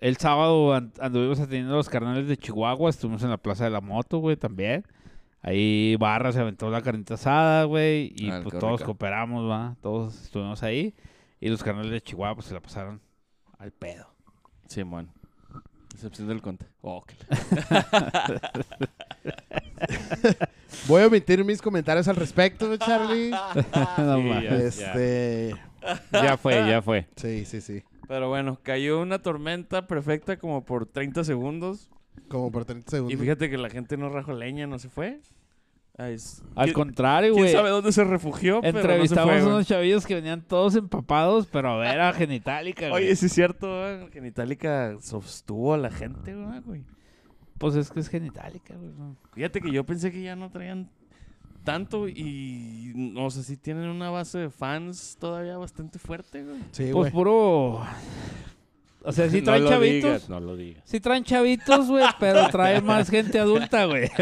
el sábado an- anduvimos atendiendo a los carnales de Chihuahua, estuvimos en la Plaza de la Moto, güey, también. Ahí Barra se aventó la carnita asada, güey, y Ah, pues qué todos rico. cooperamos, va, todos estuvimos ahí. Y los carnales de Chihuahua pues se la pasaron al pedo. Simón. Excepción del conte. Oh, que la- Voy a omitir mis comentarios al respecto, güey, Charlie. No Sí, mames. ya. Este. Ya fue, ya fue. Sí, sí, sí. Pero bueno, cayó una tormenta perfecta como por 30 segundos. Como por 30 Y segundos. fíjate que la gente no rajó leña, no se fue. Ay, es- Al ¿Quién- contrario, ¿Quién güey. sabe dónde se refugió? Pero no se Entrevistamos fue, güey. unos chavillos que venían todos empapados, pero a ver a genitálica, güey. Oye, sí es cierto, güey, que en Itálica sostuvo a la gente, ¿verdad, güey. Pues es que es genitálica, güey. ¿no? Fíjate que yo pensé que ya no traían tanto y no sé si tienen una base de fans todavía bastante fuerte, güey. Sí, Pues güey. puro. O sea, sí traen no lo chavitos. digas, no lo digas. Sí traen chavitos, güey, pero trae más gente adulta, güey.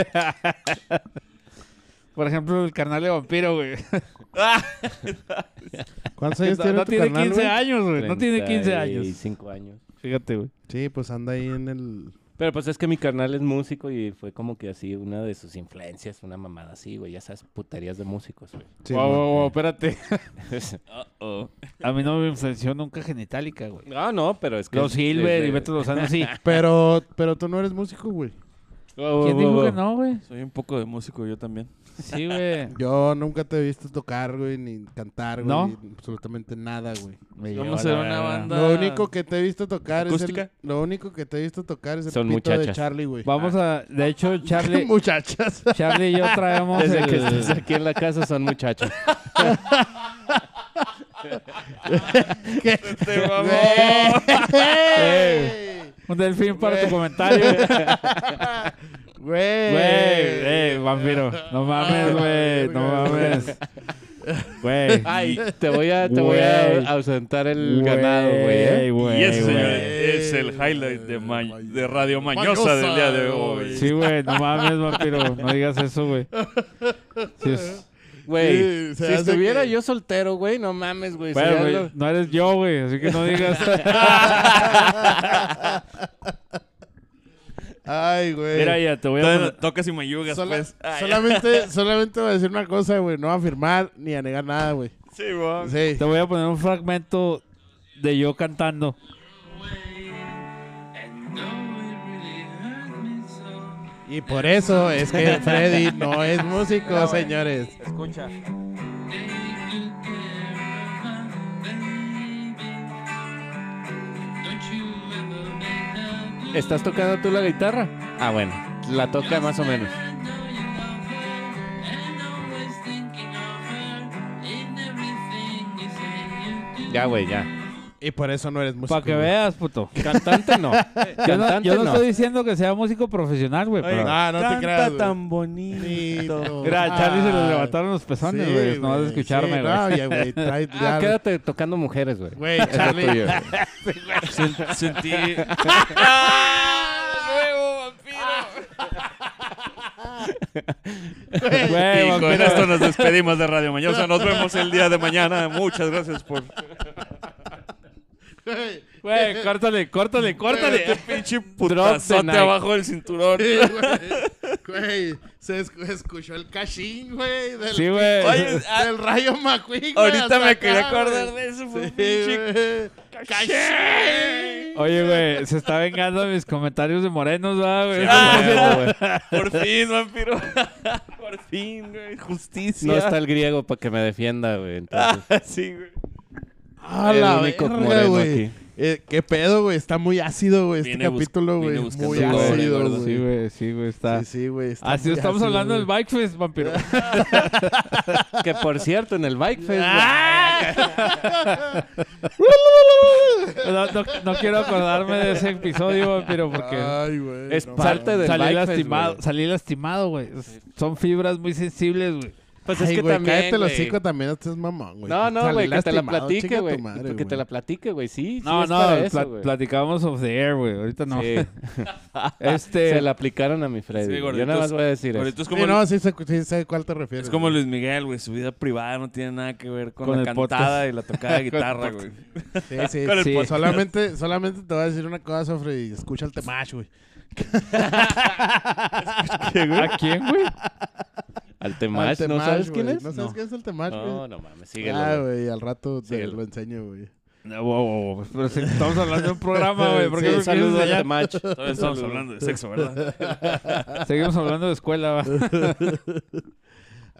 Por ejemplo, el carnal de vampiro, güey. ¿Cuántos años pues, tiene No, no tu tiene carnal, 15 güey? años, güey. No tiene 15 años. 35 años. Fíjate, güey. Sí, pues anda ahí en el. Pero pues es que mi carnal es músico y fue como que así una de sus influencias, una mamada así, güey. Ya sabes, puterías de músicos, güey. Sí, Wow, güey. wow, wow, espérate. oh A mí no me influenció nunca genitálica, güey. No, no, pero es que... Los Silver y desde- Beto Lozano, sí. Pero, pero tú no eres músico, güey. Oh, ¿Quién oh, dijo oh, que oh. no, güey? Soy un poco de músico yo también. Sí, güey. Yo nunca te he visto tocar, güey, ni cantar, güey. ¿No? ni absolutamente nada, güey. Me Vamos llevó a la hacer una verga. banda. Lo único que te he visto tocar es ¿Acústica? el, lo único que te he visto tocar es el Son pito de muchachas. Charlie, güey. Vamos a... De hecho, Charlie, muchachas. Charlie y yo traemos Desde el- que estés aquí en la casa son muchachos. Te mamó. Güey. Eh, un delfín para tu comentario. Güey, eh, vampiro. No mames, güey. No mames. Güey. Ay, te voy a, te voy Güey. a ausentar el ganado, güey. ¿eh? güey, y ese, güey. señores, eh, es el highlight de, Ma- de Radio Mañosa, Mañosa del día de de hoy. Sí, güey. No mames, vampiro. No digas eso, güey. Sí, es- Güey, Sí, se si hace estuviera que- yo soltero, güey, no mames, güey. Bueno, sería güey, lo- no eres yo, güey. Así que no digas... Ay, güey. Mira, ya te voy a... Entonces, poner- tocas y mayugas, Sola- pues. Ay, solamente, solamente voy a decir una cosa, güey. No va a firmar ni a negar nada, güey. sí, güey. Sí. Te voy a poner un fragmento de yo cantando. Y por eso es que Freddy no es músico, señores. Escucha. ¿Estás tocando tú la guitarra? Ah, bueno, la toca más o menos. Ya, güey, ya. Y por eso no eres músico. Para que güey. veas, puto. Cantante no. Yo no, Cantante yo no no. estoy diciendo que sea músico profesional, güey. pero- Ah, no te creas, güey. tan bonito. Mira, a Charlie se le Ah, levantaron los pezones, sí, güey. no vas a escucharme, Sí, güey. no, ya, güey. trae- Ah, ya- quédate tocando mujeres, güey. Güey, Es lo Charlie. tuyo. Sen- sentí. Güey, y con vampiro. esto nos despedimos de Radio Mañosa. Nos vemos el día de mañana. Muchas gracias por. Güey, córtale, córtale, córtale. Este pinche the putazote mic. abajo del cinturón. Sí, güey. Güey, se escu- escuchó el cachín, güey, del, Sí, güey. Oye, ah, del Rayo McQueen. güey, hasta ahorita me acá, quería acordar güey. de eso. Fue un Sí, pinche güey. cachín. Oye, güey, se está vengando de mis comentarios de morenos, ¿verdad, güey. Ah, Eso no güey, es- Por fin, vampiro. Por fin, güey. Justicia. No está el griego para que me defienda, güey. Entonces, Sí, güey. A el la único verga, moreno güey. aquí. Eh, ¿Qué pedo, güey? Está muy ácido, güey, este Viene bus- capítulo, güey. viene buscando Muy colores, ácido, gordo. Sí, güey. güey, sí, güey, está. Sí, sí, güey. está Así muy estamos ácido, hablando güey. del Bike Fest, vampiro. Que por cierto, en el Bike Fest. Ah. No, no, no quiero acordarme de ese episodio, vampiro, porque Ay, güey. Es no parte mames. de- del salí, Bike Fest, lastimado, güey. salí lastimado, güey. Son fibras muy sensibles, güey. Pues Ay, es que güey, también. cállate los güey. hocico también, este es mamón, güey. No, no, Sale güey, que te la lastimado, chinga platique, tu güey. madre, Que te la platique, güey. Sí, sí. No, es no, para pla- eso, güey. platicamos of the air, güey. Ahorita no. Sí. Este, Se la aplicaron a mi Freddy. Sí, Yo gorditos- nada más voy a decir eso. Ahorita es Sí, como, no, sí sé, sí sé a cuál te refieres. es como güey. Luis Miguel, güey. Su vida privada no tiene nada que ver con, Con la el podcast. cantada y la tocada de guitarra, güey. Sí, sí, con el sí. podcast. Solamente, solamente te voy a decir una cosa, Freddy. Escucha el temash, güey. ¿A quién, güey? Al Temash, Al ¿no Temash, sabes quién güey. es? No sabes quién es el temash, güey. No, no mames, síguelo. ah, güey. güey, al rato te Síguelo. lo enseño, güey. No, wow, wow, wow. Pero si estamos hablando de un programa, güey. ¿por qué me Sí, un quieres saludo al enseñar? Temash. Todavía estamos hablando de sexo, ¿verdad? Seguimos hablando de escuela, va. Ay,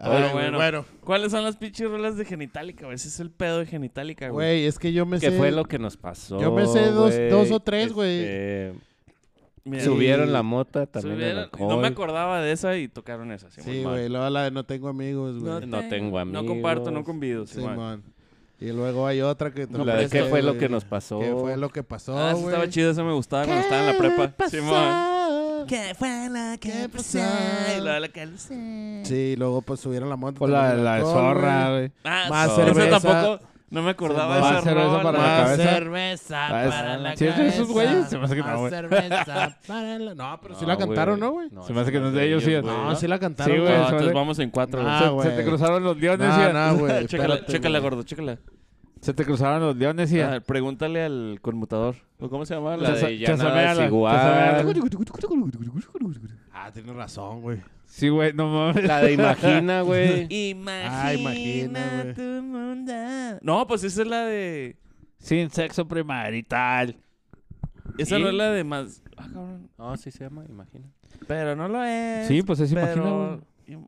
Bueno, güey, bueno. bueno. ¿Cuáles son las pinches rolas de Genitalica, güey? Ese es el pedo de Genitalica, güey. Güey, es que yo me ¿Qué sé... fue lo que nos pasó? Yo me sé dos- güey? dos o tres, güey. Este, Mira, Subieron la mota, también el subieron- alcohol. No me acordaba de esa y tocaron esa. Simón, Sí, mal. güey, luego la de No Tengo Amigos, güey. No tengo amigos. No comparto, no convido, Simón. Simón. Y luego hay otra que... te La de presté, qué fue lo güey. que nos pasó. ¿Qué fue lo que pasó, Ah, esa güey? estaba chida, esa me gustaba cuando estaba en la prepa. Simón. ¿Qué fue la ¿Qué que pasó? pasó? Y la de la que lo sé. Sí, luego pues subieron la moto. O la, también la de alcohol, zorra, güey. güey. Ah, Más sí, cerveza. Esa tampoco. No me acordaba de Más esa cerveza rola. para la Más cabeza. cerveza Ah, es- para la ¿Sí es de cabeza. esos güeyes? Se me hace que no, Ah, Más güey. cerveza para la... No, pero Pero sí la cantaron, ¿no, güey? Se me hace que no es de ellos, sí, No, güey. sí la cantaron. Sí, No, güey, se me entonces hace- vamos en cuatro. güey. Ah, se, güey. se te cruzaron los leones, No, ya. no, güey. Chécala, espérate, chécala, güey. gordo, chécala. Se te cruzaron los leones, ya. Ah, pregúntale al conmutador. ¿O ¿Cómo se llama? La La Chaza- de ya nada es chasameala, chasameala. igual. Ah, tienes razón, güey. Sí, güey, no mames. La de Imagina, güey. Imagina, Ah, imagina, güey. tu mundo. No, pues esa es la de. Sin sexo primarital. Esa ¿Sí? no es la de más. Ah, cabrón. No, sí se llama Imagina. Pero no lo es. Sí, pues es pero... Imagina, güey. im-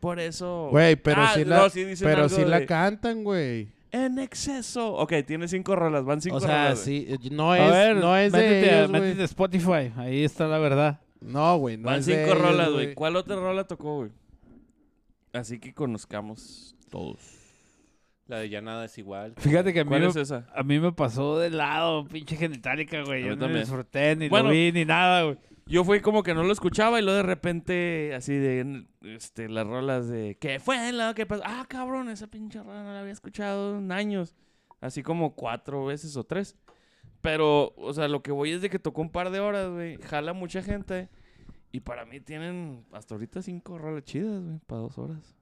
Por eso. Güey, pero Ah, sí la, no, sí dicen pero algo sí la de- cantan, güey. En exceso. Ok, tiene cinco rolas. Van cinco O sea, rolas. güey. sí, eh, no a es, ver, no es métete, a- de ellos, métete a güey. Spotify. Ahí está la verdad. No, güey, no Van es de cinco ellos, rolas, güey. ¿Cuál otra rola tocó, güey? Así que conozcamos todos. La de ya nada es igual. Fíjate que a mí, ¿Cuál me, es esa? a mí me pasó de lado, pinche genitalica, güey. A Yo mí no también. disfruté, ni Bueno. lo vi, ni nada, güey. Yo fui como que no lo escuchaba y luego de repente, así de este, las rolas de ¿Qué fue lo que pasó? Ah, cabrón, esa pinche rola no la había escuchado en años. Así como cuatro veces o tres. Pero, o sea, lo que voy es de que tocó un par de horas, güey. Jala mucha gente. Y para mí tienen hasta ahorita cinco rolas chidas, güey, para dos horas.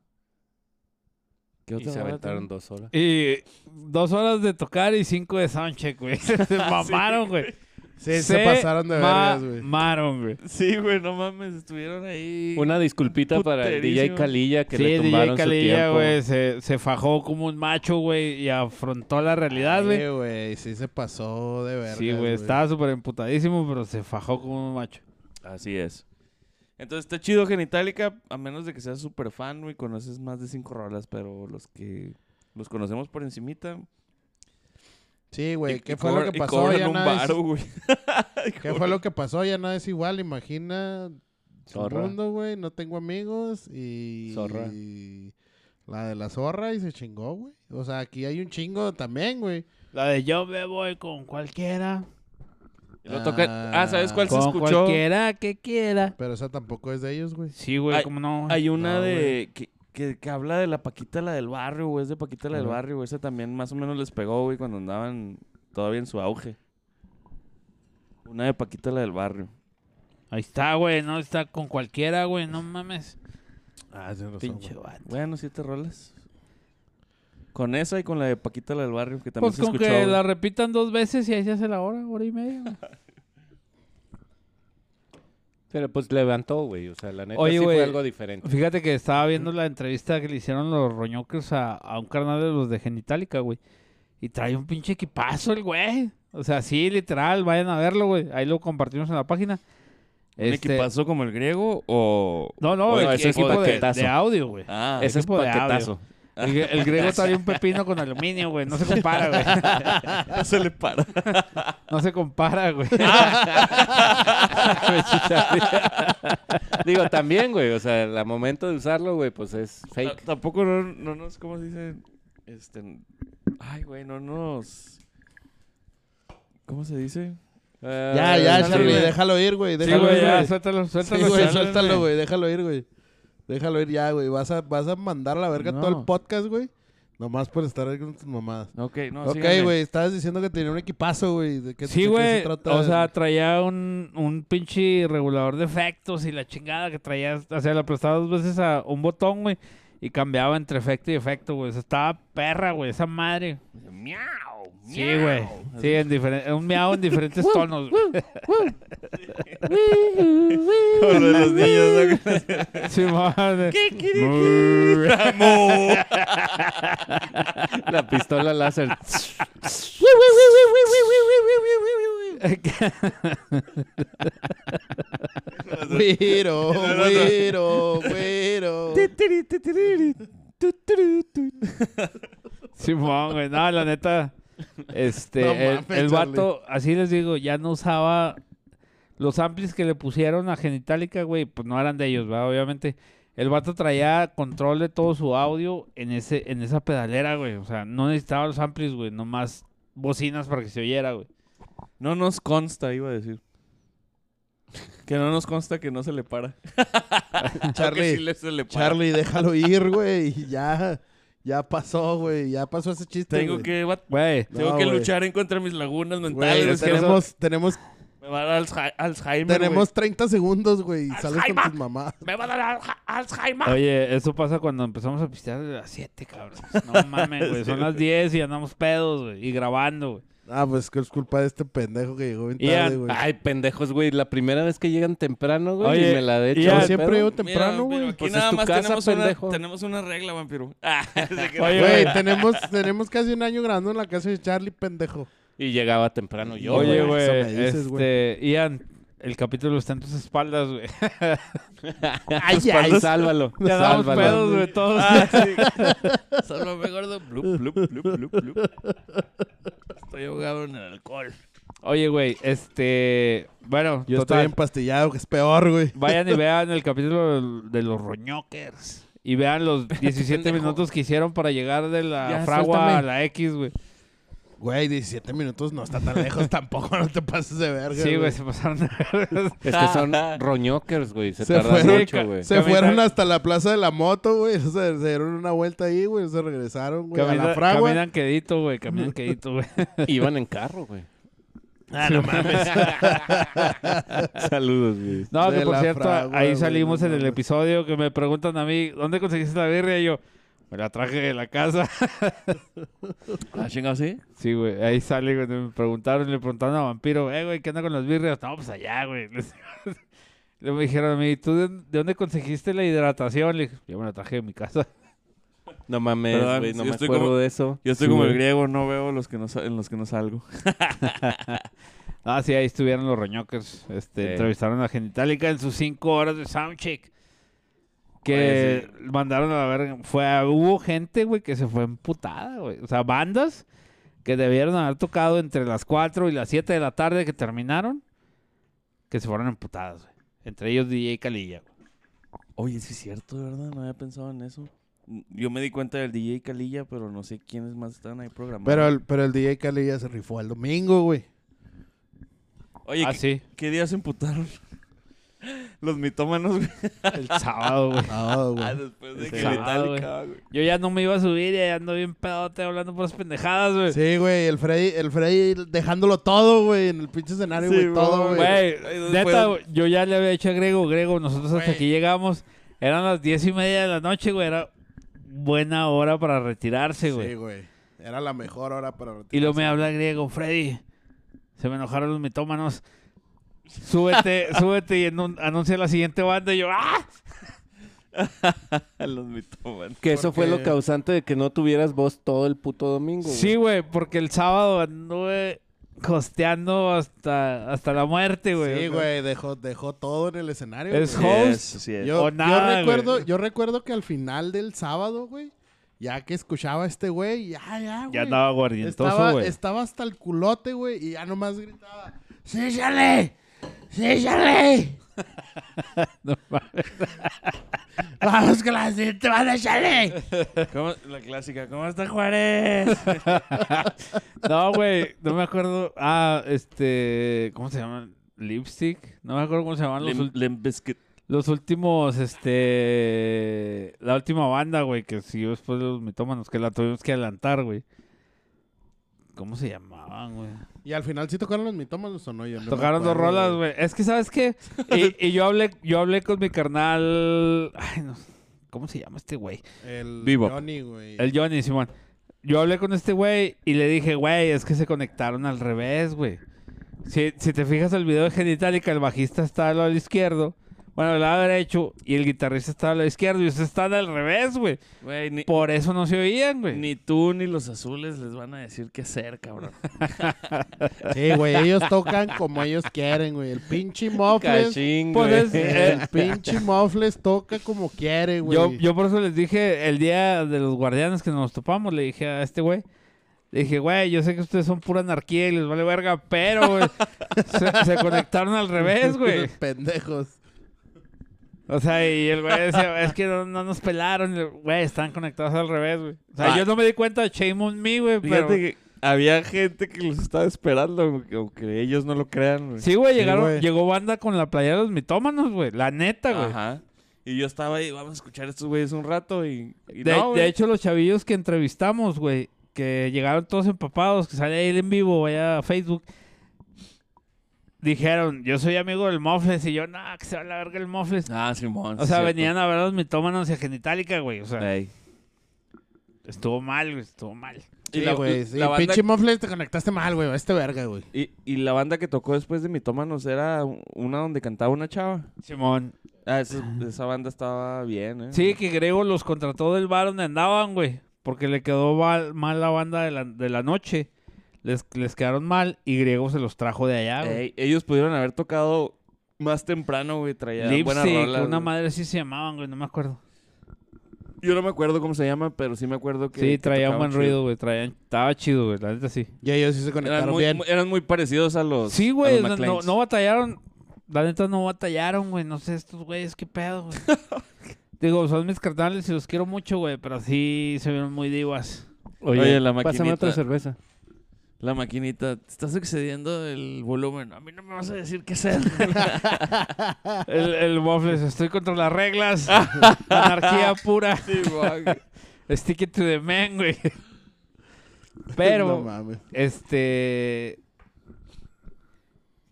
¿Qué Y se rola aventaron tienen? dos horas. Y dos horas de tocar y cinco de soundcheck, güey. Se mamaron, güey. Sí, se, pasaron de vergas, güey. Mamaron, güey. Sí, güey, no mames, estuvieron ahí. Una disculpita para el DJ Puterísimo. Calilla que Sí, le DJ tumbaron su Calilla, tiempo. güey, se, se fajó como un macho, güey, y afrontó la realidad, güey. Sí, güey, sí se pasó de vergas, Sí, güey, estaba súper emputadísimo, pero se fajó como un macho. Así es. Entonces está chido Genitalica, a menos de que seas súper fan, güey, conoces más de cinco rolas, pero los que los conocemos por encimita. Sí, y- güey, y ¿qué fue lo cobran- que y pasó? cobran Ya un nada es- varo, güey. ¿Qué fue lo que pasó? Ya nada es igual, imagina. Su Zorra. mundo, güey, no tengo amigos y... Zorra. y La de la zorra y se chingó, güey. O sea, aquí hay un chingo también, güey. La de yo me voy con cualquiera. Y lo tocan- Ah, ¿sabes cuál se Con escuchó? cualquiera que quiera. Pero esa tampoco es de ellos, güey. Sí, güey, Ay, cómo no. güey. Hay una No, de que, que, que habla de la Paquita, la del barrio, güey, es de Paquita, la del Ajá. barrio, güey. Esa también más o menos les pegó, güey, cuando andaban todavía en su auge. Una de Paquita, la del barrio. Ahí está, güey, no está con cualquiera, güey, no mames. Ah, tienes razón, Pinche güey. vato. Bueno, siete rolas. Con esa y con la de Paquita, la del barrio, que también Pues se con escuchó. que güey. la repitan dos veces y ahí se hace la hora, hora y media. güey. Pero pues levantó, güey. O sea, la neta Oye, sí güey. fue algo diferente. Fíjate que estaba viendo la entrevista que le hicieron los roñocos a, a un carnal de los de Genitalica, güey. Y trae un pinche equipazo el güey. O sea, sí, literal, vayan a verlo, güey. Ahí lo compartimos en la página. ¿Un Este- equipazo como el griego o...? No, no, Oye, el ese es equipo de, paquetazo. de audio, güey. Ah, Ese es equipo de paquetazo. El, gre- el griego trae un pepino con aluminio, güey. No se compara, güey. No Ah, se le para. No se compara, güey. Digo, también, güey. O sea, el momento de usarlo, güey, pues es Ta- fake. Tampoco no, no nos, ¿cómo se dice? Este, ay, güey, no nos... ¿Cómo se dice? Ya, Eh, ya, sí, Charlie, güey. déjalo ir, güey. Ah, Sí, Déjalo güey, ir, ya, güey. suéltalo, Sí, suéltalo. güey, suéltalo. suéltalo, güey. Déjalo ir, güey. Déjalo ir ya, güey. Vas a, vas a mandar a la verga No. todo el podcast, güey. Nomás por estar ahí con tus mamadas. Ok, no, ok, síganle. güey. Estabas diciendo que tenía un equipazo, güey. ¿De qué, de Sí, qué güey. se trata? O sea, traía un, un pinche regulador de efectos y la chingada que traía. O sea, le aplastabas dos veces a un botón, güey. Y cambiaba entre efecto y efecto, güey. O sea, estaba perra, güey. Esa madre. Miau, Sí, güey. Sí, en diferen- un miau en diferentes tonos. Con lo de los niños, ¿no? Sí, madre. La pistola láser. Güero, güero, güero. Simón, güey. No, la neta. Este, No el, mames, el vato, así les digo, ya no usaba los amplis que le pusieron a Genitalica, güey. Pues no eran de ellos, ¿verdad? Obviamente. El vato traía control de todo su audio en, ese, en esa pedalera, güey. O sea, no necesitaba los amplis, güey. Nomás bocinas para que se oyera, güey. No nos consta, iba a decir. Que no nos consta que no se le para. Charlie, Que sí le- se le para. Charlie, déjalo ir, güey. y Ya, ya pasó, güey. Ya pasó ese chiste. Tengo güey. que, bat- Güey. No, tengo que güey. luchar en contra de mis lagunas mentales. Güey, es que tenemos, tenemos, eso- me va a dar Alzha- Alzheimer. güey. tenemos 30 segundos, güey. y Sales con tus mamás. Me va a dar Alzha- Alzheimer. Oye, eso pasa cuando empezamos a pistear a las 7, cabrón. No mames, güey. Son las 10 y andamos pedos, güey. Y grabando, güey. Ah, pues que es culpa de este pendejo que llegó bien Ian, tarde, güey. Ay, pendejos, güey. La primera vez que llegan temprano, güey. Oye, y me la de hecho. Ian, al siempre pedo. llego Mira, temprano, pero güey. Aquí Pues es nada tu más casa, tenemos, pendejo. una, tenemos una regla, vampiro. Ah, se queda- Oye, Güey, tenemos, tenemos casi un año grabando en la casa de Charlie, pendejo. Y llegaba temprano yo, Oye, güey. güey, eso me dices, güey. este, Ian, el capítulo está en tus espaldas, güey. Ay, ay, Pues, sálvalo. Ya damos sálvalo. pedos, güey, todos. Ah, sí. Sálvame, gordo. Blup, blup, blup, blup, blup. Estoy ahogado en el alcohol. Oye, güey, este, bueno, Yo total, estoy empastillado, que es peor, güey. vayan y vean el capítulo de los roñokers. Y vean los 17 minutos que hicieron para llegar de la Ya, fragua suéltame. a la X, güey. Güey, 17 minutos no está tan lejos tampoco, no te pases de verga. Sí, güey, se pasaron. de vergas. Es que son roñokers, güey. Se, Se tardan fueron. mucho, güey. Se Camina- fueron hasta la plaza de la moto, güey. o sea, se dieron una vuelta ahí, güey. Se regresaron, güey. A Camina- la fragua. Caminan quedito, güey, caminan quedito, güey. Iban en carro, güey. Ah, Saludos, güey. No, De que por la cierto, fragua, ahí güey, salimos no en el mames. episodio que me preguntan a mí, ¿dónde conseguiste la birria? Y yo, me la traje de la casa. Ah, chingado, sí. Sí, güey, ahí sale, güey, me preguntaron, le preguntaron a Vampiro, eh, güey, ¿qué onda con las birrias? No, pues allá, güey. Les- Le me dijeron a mí, ¿tú de, de dónde conseguiste la hidratación? Le dije, yo me la traje de mi casa. No mames, Perdón, güey. No sí, me estoy acuerdo como- de eso. Yo estoy Sí, como el güey. griego, no veo los que no, sa- en los que no salgo. Ah, sí, ahí estuvieron los roñokers. Este, Sí. Entrevistaron a Genitalica en sus cinco horas de soundcheck. Que mandaron a la verga. Fue, hubo gente, güey, que se fue emputada, güey. O sea, bandas que debieron haber tocado entre las 4 y las 7 de la tarde que terminaron, que se fueron emputadas, güey. Entre ellos DJ Calilla, güey. Oye, sí es cierto, de ¿verdad? No había pensado en eso. N- Yo me di cuenta del DJ Calilla, pero no sé quiénes más estaban ahí programados. Pero el, pero el DJ Cali ya se rifó el domingo, güey. Oye, ah, ¿qué, sí, qué día se emputaron? Los mitómanos, güey. el sábado, güey. No, Ah, güey. después de Sí. que Sábado, Metallica, güey. Yo ya no me iba a subir y ya ando bien pedote hablando por las pendejadas, güey. Sí, güey. El Freddy, el Freddy dejándolo todo, güey. En el pinche escenario, Sí, güey. güey. todo, güey. Güey, Ay, no neta, puedo. güey, yo ya le había dicho a Grego, Grego, nosotros hasta Güey. aquí llegamos, eran las diez y media de la noche, güey, era buena hora para retirarse, güey. Sí, güey. Era la mejor hora para y luego me habla Grego, Freddy, se me enojaron los mitómanos, súbete, súbete y anun- anuncia la siguiente banda, y yo, ¡ah! Los mitómanos. Que eso fue lo Porque- causante de que no tuvieras voz todo el puto domingo. Sí, güey, porque el sábado anduve costeando hasta, hasta la muerte, güey. Sí, güey. Dejó, dejó todo en el escenario. Es güey. host Sí, es. Yo, O yo nada, recuerdo, güey. yo recuerdo que al final del sábado, güey, Ya que escuchaba a este güey, ya, ya, güey. Ya andaba guardientoso, estaba, güey. estaba hasta el culote, güey, y ya nomás gritaba, ¡Sí, chale! ¡Sí, chale! No mames. ¡Vamos con la siguiente banda, chale! ¿Cómo- la clásica, ¿cómo está Juárez? No, güey, no me acuerdo. Ah, este, ¿cómo se llaman? Lipstick. No me acuerdo cómo se llaman los, Lim, ul- Limp Bizkit. los últimos, este, la última banda, güey, que siguió después de los mitómanos, que la tuvimos que adelantar, güey. ¿Cómo se llamaban, güey? Y al final sí tocaron los mitómanos o no, yo no me Tocaron dos acuerdo, rolas, güey. Es que, ¿sabes qué? Y, y yo hablé, yo hablé con mi carnal. Ay, no. ¿Cómo se llama este güey? El Bebop. Johnny, güey. El Johnny, Simón. Yo hablé con este güey y le dije, güey, es que se conectaron al revés, güey. Si, si te fijas el video de Genitalica, el bajista está al lado izquierdo, bueno, al lado derecho, y el guitarrista está al lado izquierdo, y ustedes están al revés, güey. Güey, ni, Por eso no se oían, güey. ni tú ni los azules les van a decir qué hacer, cabrón. Sí, güey, ellos tocan como ellos quieren, güey. El pinche Mofles, Cachín, Pues güey. es- eh, el pinche Mofles toca como quiere, güey. Yo, yo por eso les dije el día de los guardianes que nos topamos, le dije a este güey. Le dije, güey, yo sé que ustedes son pura anarquía y les vale verga, pero güey, se, se conectaron al revés, güey. Pendejos. O sea, y el güey decía, es que no, no nos pelaron, Y le- güey, están conectados al revés, güey. O sea, Ah. yo no me di cuenta de Shame on Me, güey, pero... Fíjate que había gente que los estaba esperando, güey, aunque ellos no lo crean, güey. Sí, güey, Sí, llegaron, güey. llegó banda con la playa de los mitómanos, güey, la neta, güey. Ajá. Y yo estaba ahí, vamos a escuchar a estos güeyes un rato y, y De, no, de güey. hecho, los chavillos que entrevistamos, güey, que llegaron todos empapados, que sale ahí el en vivo, vaya a Facebook, dijeron, yo soy amigo del Mofles, y yo, no, que se va a la verga el Mofles. Ah, o Simón. sí, sea, cierto. venían a ver los mitómanos y a Genitalica, güey. O sea, Ey. estuvo mal, güey, estuvo mal. Sí, Y la- güey. Sí, la banda- pinche Mofles te conectaste mal, güey. Este verga, güey. Y, y la banda que tocó después de Mitómanos era una donde cantaba una chava. Simón. Ah, esa, esa banda estaba bien, ¿eh? Sí, que Grego los contrató del bar donde andaban, güey. Porque le quedó val- mal la banda de la, de la noche. Les, les quedaron mal y Griego se los trajo de allá, Ah, güey. Ey, Ellos pudieron haber tocado más temprano, güey. Traían buena Lipstick, rola. una güey. madre sí se llamaban, güey, no me acuerdo. Yo no me acuerdo cómo se llama, pero sí me acuerdo que. Sí, que traía un buen tocaban chido. ruido, güey. traían- Estaba chido, güey. La neta sí. Y ellos sí se Eran conectaron muy, bien. muy- eran muy parecidos a los. Sí, a güey. los No, no, McLeans. no batallaron. La neta no batallaron, güey. No sé, estos güeyes, qué pedo, güey. Digo, son mis carnales y los quiero mucho, güey. Pero sí se vieron muy divas. Oye, Oye, la la Pásame maquinita. otra cerveza. La maquinita, te estás excediendo el volumen. A mí no me vas a decir qué hacer. El, el Waffles, estoy contra las reglas. Anarquía pura. Stick it to the man, güey. Pero. No mames. Este.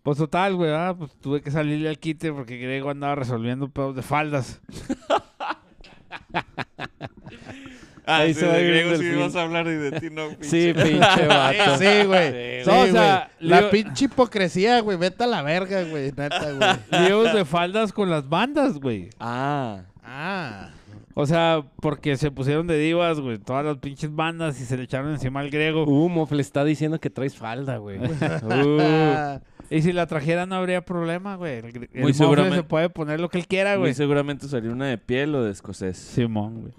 Pues total, güey, ah, pues tuve que salirle al quite porque Grego andaba resolviendo pedos de faldas. Ah, Ahí sí, se va de a ir griego el sí delfín. vas a hablar y de ti no, pinche. Sí, pinche vato. Sí, güey. Sí, No, o güey. sea, la digo- pinche hipocresía, güey. Vete a la verga, güey. Neta, güey. Líos de faldas con las bandas, güey. Ah. Ah. O sea, porque se pusieron de divas, güey, todas las pinches bandas y se le echaron encima al Grego. Uh, Mofle está diciendo que traes falda, güey. Uh. Y si la trajera no habría problema, güey. El, gr- el Muy mofle seguramente- se puede poner lo que él quiera, Muy Ah, güey. seguramente salió una de piel o de escocés. Simón, güey.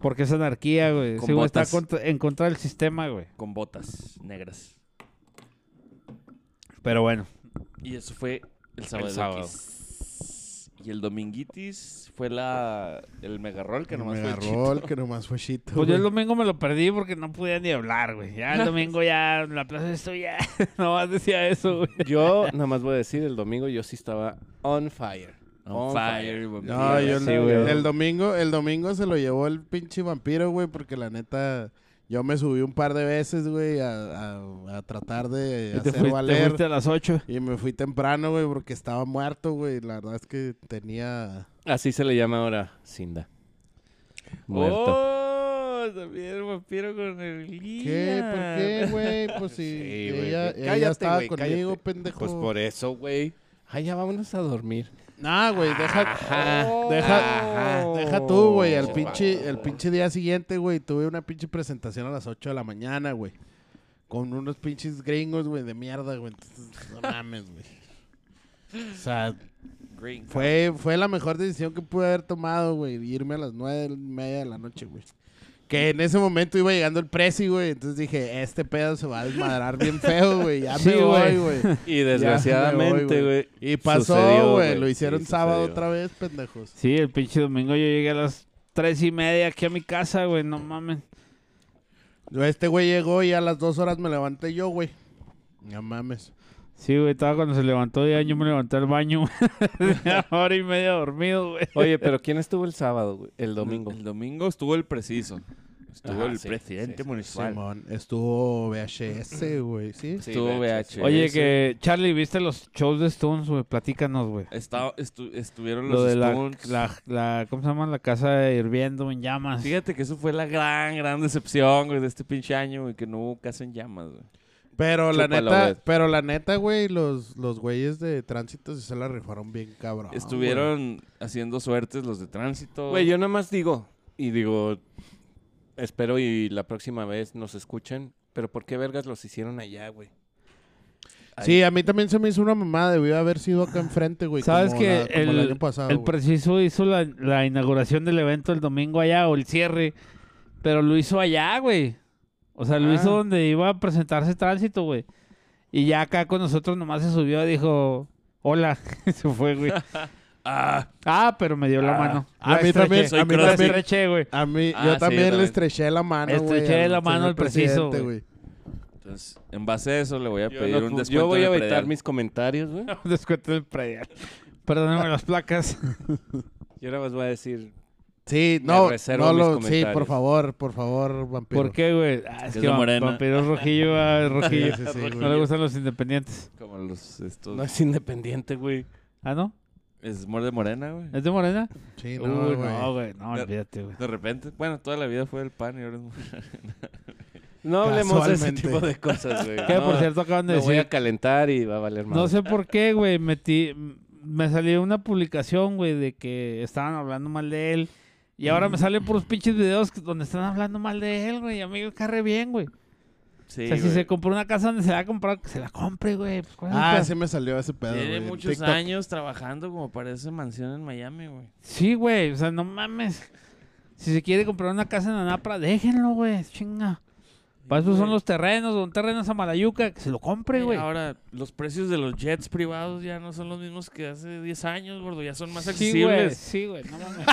Porque es anarquía, güey. Con Sí, güey, está botas. contra- en contra del sistema, güey. Con botas negras. Pero bueno. Y eso fue el sábado. sábado. Y el dominguitis fue la, el mega roll que Que nomás nomás fue agarró el que nomás fue chito. Pues yo el güey. domingo me lo perdí porque no podía ni hablar, güey. Ya el domingo ya en la plaza estoy ya. Nomás decía eso, güey. Yo nada más voy a decir, el domingo yo sí estaba on fire. On fire. güey. No, yo Sí, no- güey. el domingo, el domingo se lo llevó el pinche vampiro, güey, porque la neta yo me subí un par de veces, güey, a, a- a tratar de Y hacer te, fuiste, te valer. fuiste a las 8. Y me fui temprano, güey, porque estaba muerto, güey. La verdad es que tenía... Así se le llama ahora Cinda. Muerto. Oh, también el vampiro con el ¿Qué? guía. ¿Por qué, güey? Pues si Sí, güey. ella, ella Cállate, estaba güey, conmigo, cállate. pendejo. Pues por eso, güey. Ay, ya vámonos a dormir. Nah, güey, deja... Ajá. Deja, Ajá. deja tú, güey. El Oh. pinche, el pinche día siguiente, güey, tuve una pinche presentación a las 8 de la mañana, güey. Con unos pinches gringos, güey, de mierda, güey. Entonces, no mames, güey. O sea, Green. fue, fue la mejor decisión que pude haber tomado, güey. Irme a las nueve y media de la noche, güey. Que en ese momento iba llegando el precio, güey. Entonces dije, este pedo se va a desmadrar bien feo, güey. Ya Sí, me voy, güey. güey. Y Ya me desgraciadamente, voy, güey. Y pasó, sucedió, güey. Lo Sí, hicieron sábado sucedió. otra vez, pendejos. Sí, el pinche domingo yo llegué a las tres y media aquí a mi casa, güey, no mames. Yo, Este güey llegó y a las dos horas me levanté yo, güey. No mames. Sí, güey, estaba cuando se levantó ya, yo me levanté al baño. Una hora y media dormido, güey. Oye, pero ¿quién estuvo el sábado, güey? El domingo. El domingo estuvo el preciso. Estuvo Ajá, el sí, presidente sí, sí. municipal. Simón, estuvo VHS, güey. Sí. Sí, Estuvo VH. Oye, sí. que Charlie, ¿viste los shows de Stones, güey? Platícanos, güey. Esta- estu- estuvieron Eh, los Lo de la, Stones. la, la- ¿cómo se llama? La casa hirviendo en llamas. Fíjate que eso fue la gran, gran decepción, güey, de este pinche año, güey, que no hubo casa en llamas, güey. Pero la Chúpalo, neta, güey. pero la neta, güey, los, los güeyes de tránsito sí se la rifaron bien Ah, cabrón. güey. Estuvieron haciendo suertes los de tránsito. Güey, yo nada más digo, y digo, espero y la próxima vez nos escuchen, pero ¿por qué vergas los hicieron allá, güey? Sí, a mí también se me hizo una mamada. Debió haber sido acá enfrente, güey. ¿Sabes como que la- como el el- año pasado, El güey. preciso hizo la, la inauguración del evento el domingo allá, o el cierre, pero lo hizo allá, güey. O sea, lo Ah. hizo donde iba a presentarse tránsito, güey. Y ya acá con nosotros nomás se subió y dijo, hola, Y se fue, güey. Ah, Ah, pero me dio la Ah. mano. A La mí estreché. también- a mí La también- estreché, güey. A mí, Ah, yo sí, también yo le también. estreché la mano, güey. Estreché al la mano señor al preciso, presidente, güey. entonces, en base a eso le voy a Yo, pedir no un pu- descuento. yo voy en a el evitar predial. mis comentarios, güey. Un Descuento del predial. Perdóname las placas. Yo nada más voy a decir, Sí, Me no, reservo no mis lo, sí, comentarios. por favor, por favor, vampiro. ¿Por qué, güey? Ah, es Es que de va- morena. vampiro es rojillo, va, es rojillo. Sí, sí, sí, güey. No le gustan los independientes. Como los, estos... no es independiente, güey. ¿Ah, no? Es muerte morena, güey. ¿Es de morena? Sí, Uy, no, güey. no, güey. No, De- olvídate, güey. De repente, bueno, toda la vida fue el pan y ahora es morena. No hablemos de ese Casualmente. tipo de cosas, güey. Que, No, por cierto, acaban de me voy decir... a calentar y va a valer más. No sé por qué, güey, metí... Me salió una publicación, güey, de que estaban hablando mal de él. Y ahora me salen puros pinches videos que- donde están hablando mal de él, güey. Amigo, carre bien, güey. Sí, o sea, si güey. se compró una casa donde se la ha comprado, que se la compre, güey. Pues, ¿cuál es el Ah, pedo? sí me salió ese pedo, güey. Tiene en muchos TikTok. años trabajando como para esa mansión en Miami, güey. Sí, güey, o sea, no mames. Si se quiere comprar una casa en Anapra, déjenlo, güey, chinga. Para eso son los terrenos, un terreno a Malayuca, que se lo compre, Mira, güey. Ahora, los precios de los jets privados ya no son los mismos que hace 10 años, gordo. Ya son más Sí, güey, accesibles. sí, güey, no mames.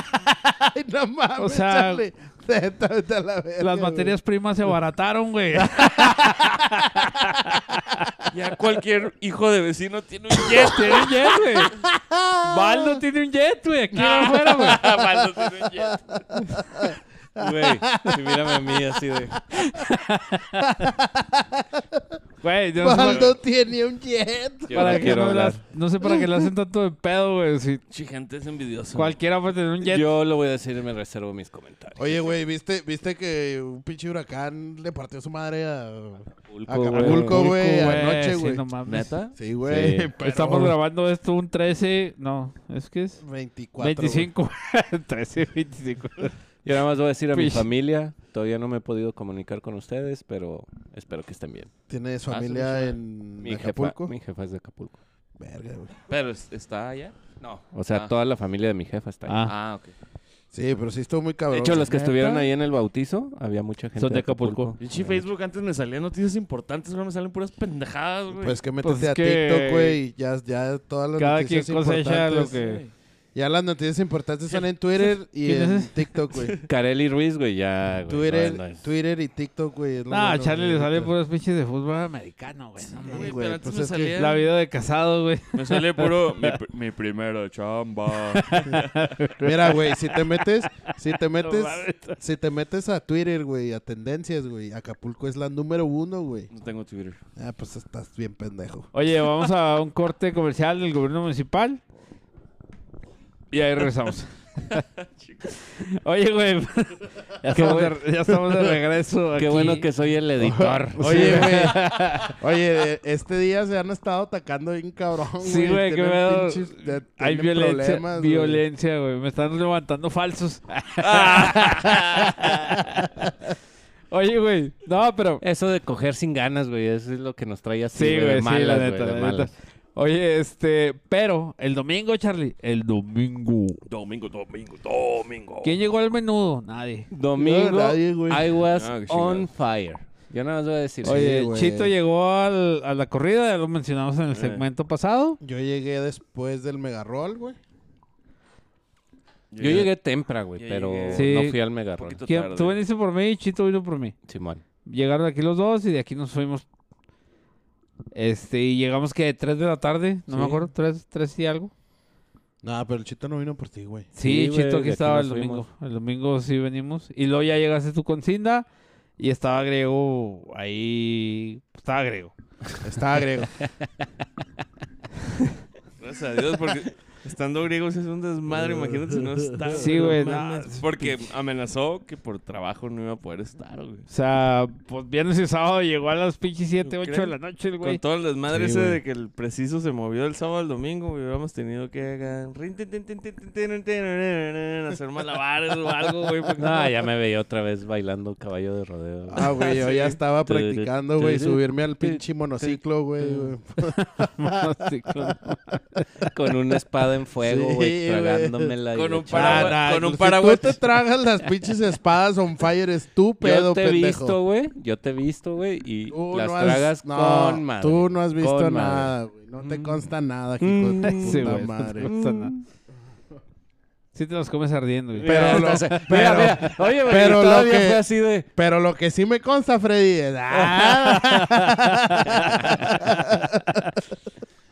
Ay, no mames, O sea, Charlie. Vete, vete a la verga, Las güey. materias primas se abarataron, güey. ya cualquier hijo de vecino tiene un jet. tiene un jet, güey. Baldo tiene un jet, güey, aquí afuera, güey. Valdo tiene un jet. Güey, sí, mírame a mí así de... Güey, yo no sé Baldo tiene un jet. Yo para, no que quiero no, hablar. las- no sé para qué le hacen tanto de pedo, güey. Si Chi, gente es envidioso. cualquiera puede tener un jet. Yo lo voy a decir y me reservo mis comentarios. Oye, güey, ¿viste, ¿viste que un pinche huracán le partió su madre a... Acapulco, güey. Acapulco, güey, anoche, sí, güey. no mames. ¿Neta? Sí, güey. Sí. pero- Estamos grabando esto un 13, no, es que es 24. güey. 25, 13, 25. Yo nada más voy a decir a mi Pish. familia, todavía no me he podido comunicar con ustedes, pero espero que estén bien. Tiene su Ah, familia sí, sí. en Mi jefa, Acapulco. mi jefa es de Acapulco. Verga, güey. Pero es- está allá. No. O sea, Ah. toda la familia de mi jefa está ahí. Ah, Ah, ok. Sí, pero sí estuvo muy cabrón. de hecho, los que ¿Neta? estuvieron ahí en el bautizo, había mucha gente Son de Acapulco. Pinche Facebook antes me salían noticias importantes, ahora me salen puras pendejadas, güey. Pues que métete Pues es a que- TikTok, güey. Ya, ya todas las cada quien noticias cosecha lo importantes. que... Ya las noticias importantes están en Twitter y ¿Quién en es ese? TikTok, güey. Carelli Ruiz, güey, ya. güey, Twitter, no, no es- Twitter y TikTok, güey. es lo No, bueno, Charlie güey, le sale ahorita. puros pinches de fútbol americano, güey. no Sí, mames. güey, güey, pero antes pues me es que salían- La vida de casado, güey. Me sale puro mi, pr- mi primera chamba. Mira, güey, si te metes, si te metes, si te metes a Twitter, güey, a tendencias, güey, Acapulco es la número uno, güey. No tengo Twitter. Ah, pues estás bien pendejo. Oye, vamos a un corte comercial del gobierno municipal. Y ahí regresamos. Oye, güey. Ya, estamos de, ya estamos de regreso. Qué aquí. bueno que soy el editor. Oye, Pues güey. Oye, este día se han estado atacando bien cabrón, güey. Sí, güey, qué Tienen pedo. pinches- de- Hay tienen violencia. problemas, güey. Violencia, güey. Me están levantando falsos. Oye, güey. No, pero. Eso de coger sin ganas, güey, eso es lo que nos trae así, Sí, Eh, güey, güey, de sí, la malas, güey, neta, de la malas. neta. Oye, este, pero el domingo, Charlie, el domingo. Domingo, domingo, domingo. ¿Quién llegó al menudo? Nadie. Domingo, No, nadie, güey. I was Ah, qué chingado. on fire. Yo nada más voy a decir. Oye, güey. Chito llegó al- a la corrida, ya lo mencionamos en el Eh. segmento pasado. Yo llegué después del mega roll, güey. yo llegué temprano, güey, Yo pero llegué Sí. no fui al mega un poquito ¿Quién- tarde. Tú viniste por mí y Chito vino por mí. Simón. Llegaron aquí los dos y de aquí nos fuimos. Este, y llegamos que 3 de la tarde, no me Sí. acuerdo, 3, tres y algo. No, pero el chito no vino por ti, güey. Sí, Sí, güey, Chito, de aquí aquí estaba nos el domingo. fuimos. El domingo sí venimos. Y luego ya llegaste tú con Cinda y estaba Grego ahí. Estaba Grego. Estaba griego. Gracias a Dios, porque estando griegos es un desmadre, imagínate si no está. Sí, güey, No no, mames, Porque amenazó que por trabajo no iba a poder estar, güey. O sea, pues viernes y sábado llegó a las pinches 7, ¿Tú 8 de crees? la noche el Con güey. todo el desmadre Sí, ese güey. de que el preciso se movió del sábado al domingo, güey, hubiéramos tenido que hagan- hacer malabares o algo, güey. pues, porque- No, ya me veía otra vez bailando caballo de rodeo. güey. Ah, güey, yo ya Sí. estaba practicando, güey, subirme al pinche monociclo, güey. güey. Sí, claro. Con una espada en fuego, Sí, güey, güey. tragándomela. y Con la un chingada. paraguas. Ah, nah, con un si paraguas. tú te tragas las pinches espadas on fire, estúpido, Yo te he pendejo. visto, güey. Yo te he visto, güey. Y Tú las no has- tragas no, con madre. Tú no has visto con madre. Mm. nada, güey. No te consta nada, hijo de tu Sí, puta güey, madre. no pasa nada. Sí te los comes ardiendo, güey. Pero lo, Mira, pero- mira. Oye, güey, pero lo todavía que- fue así de... pero lo que sí me consta, Freddy, es... ¡Ah!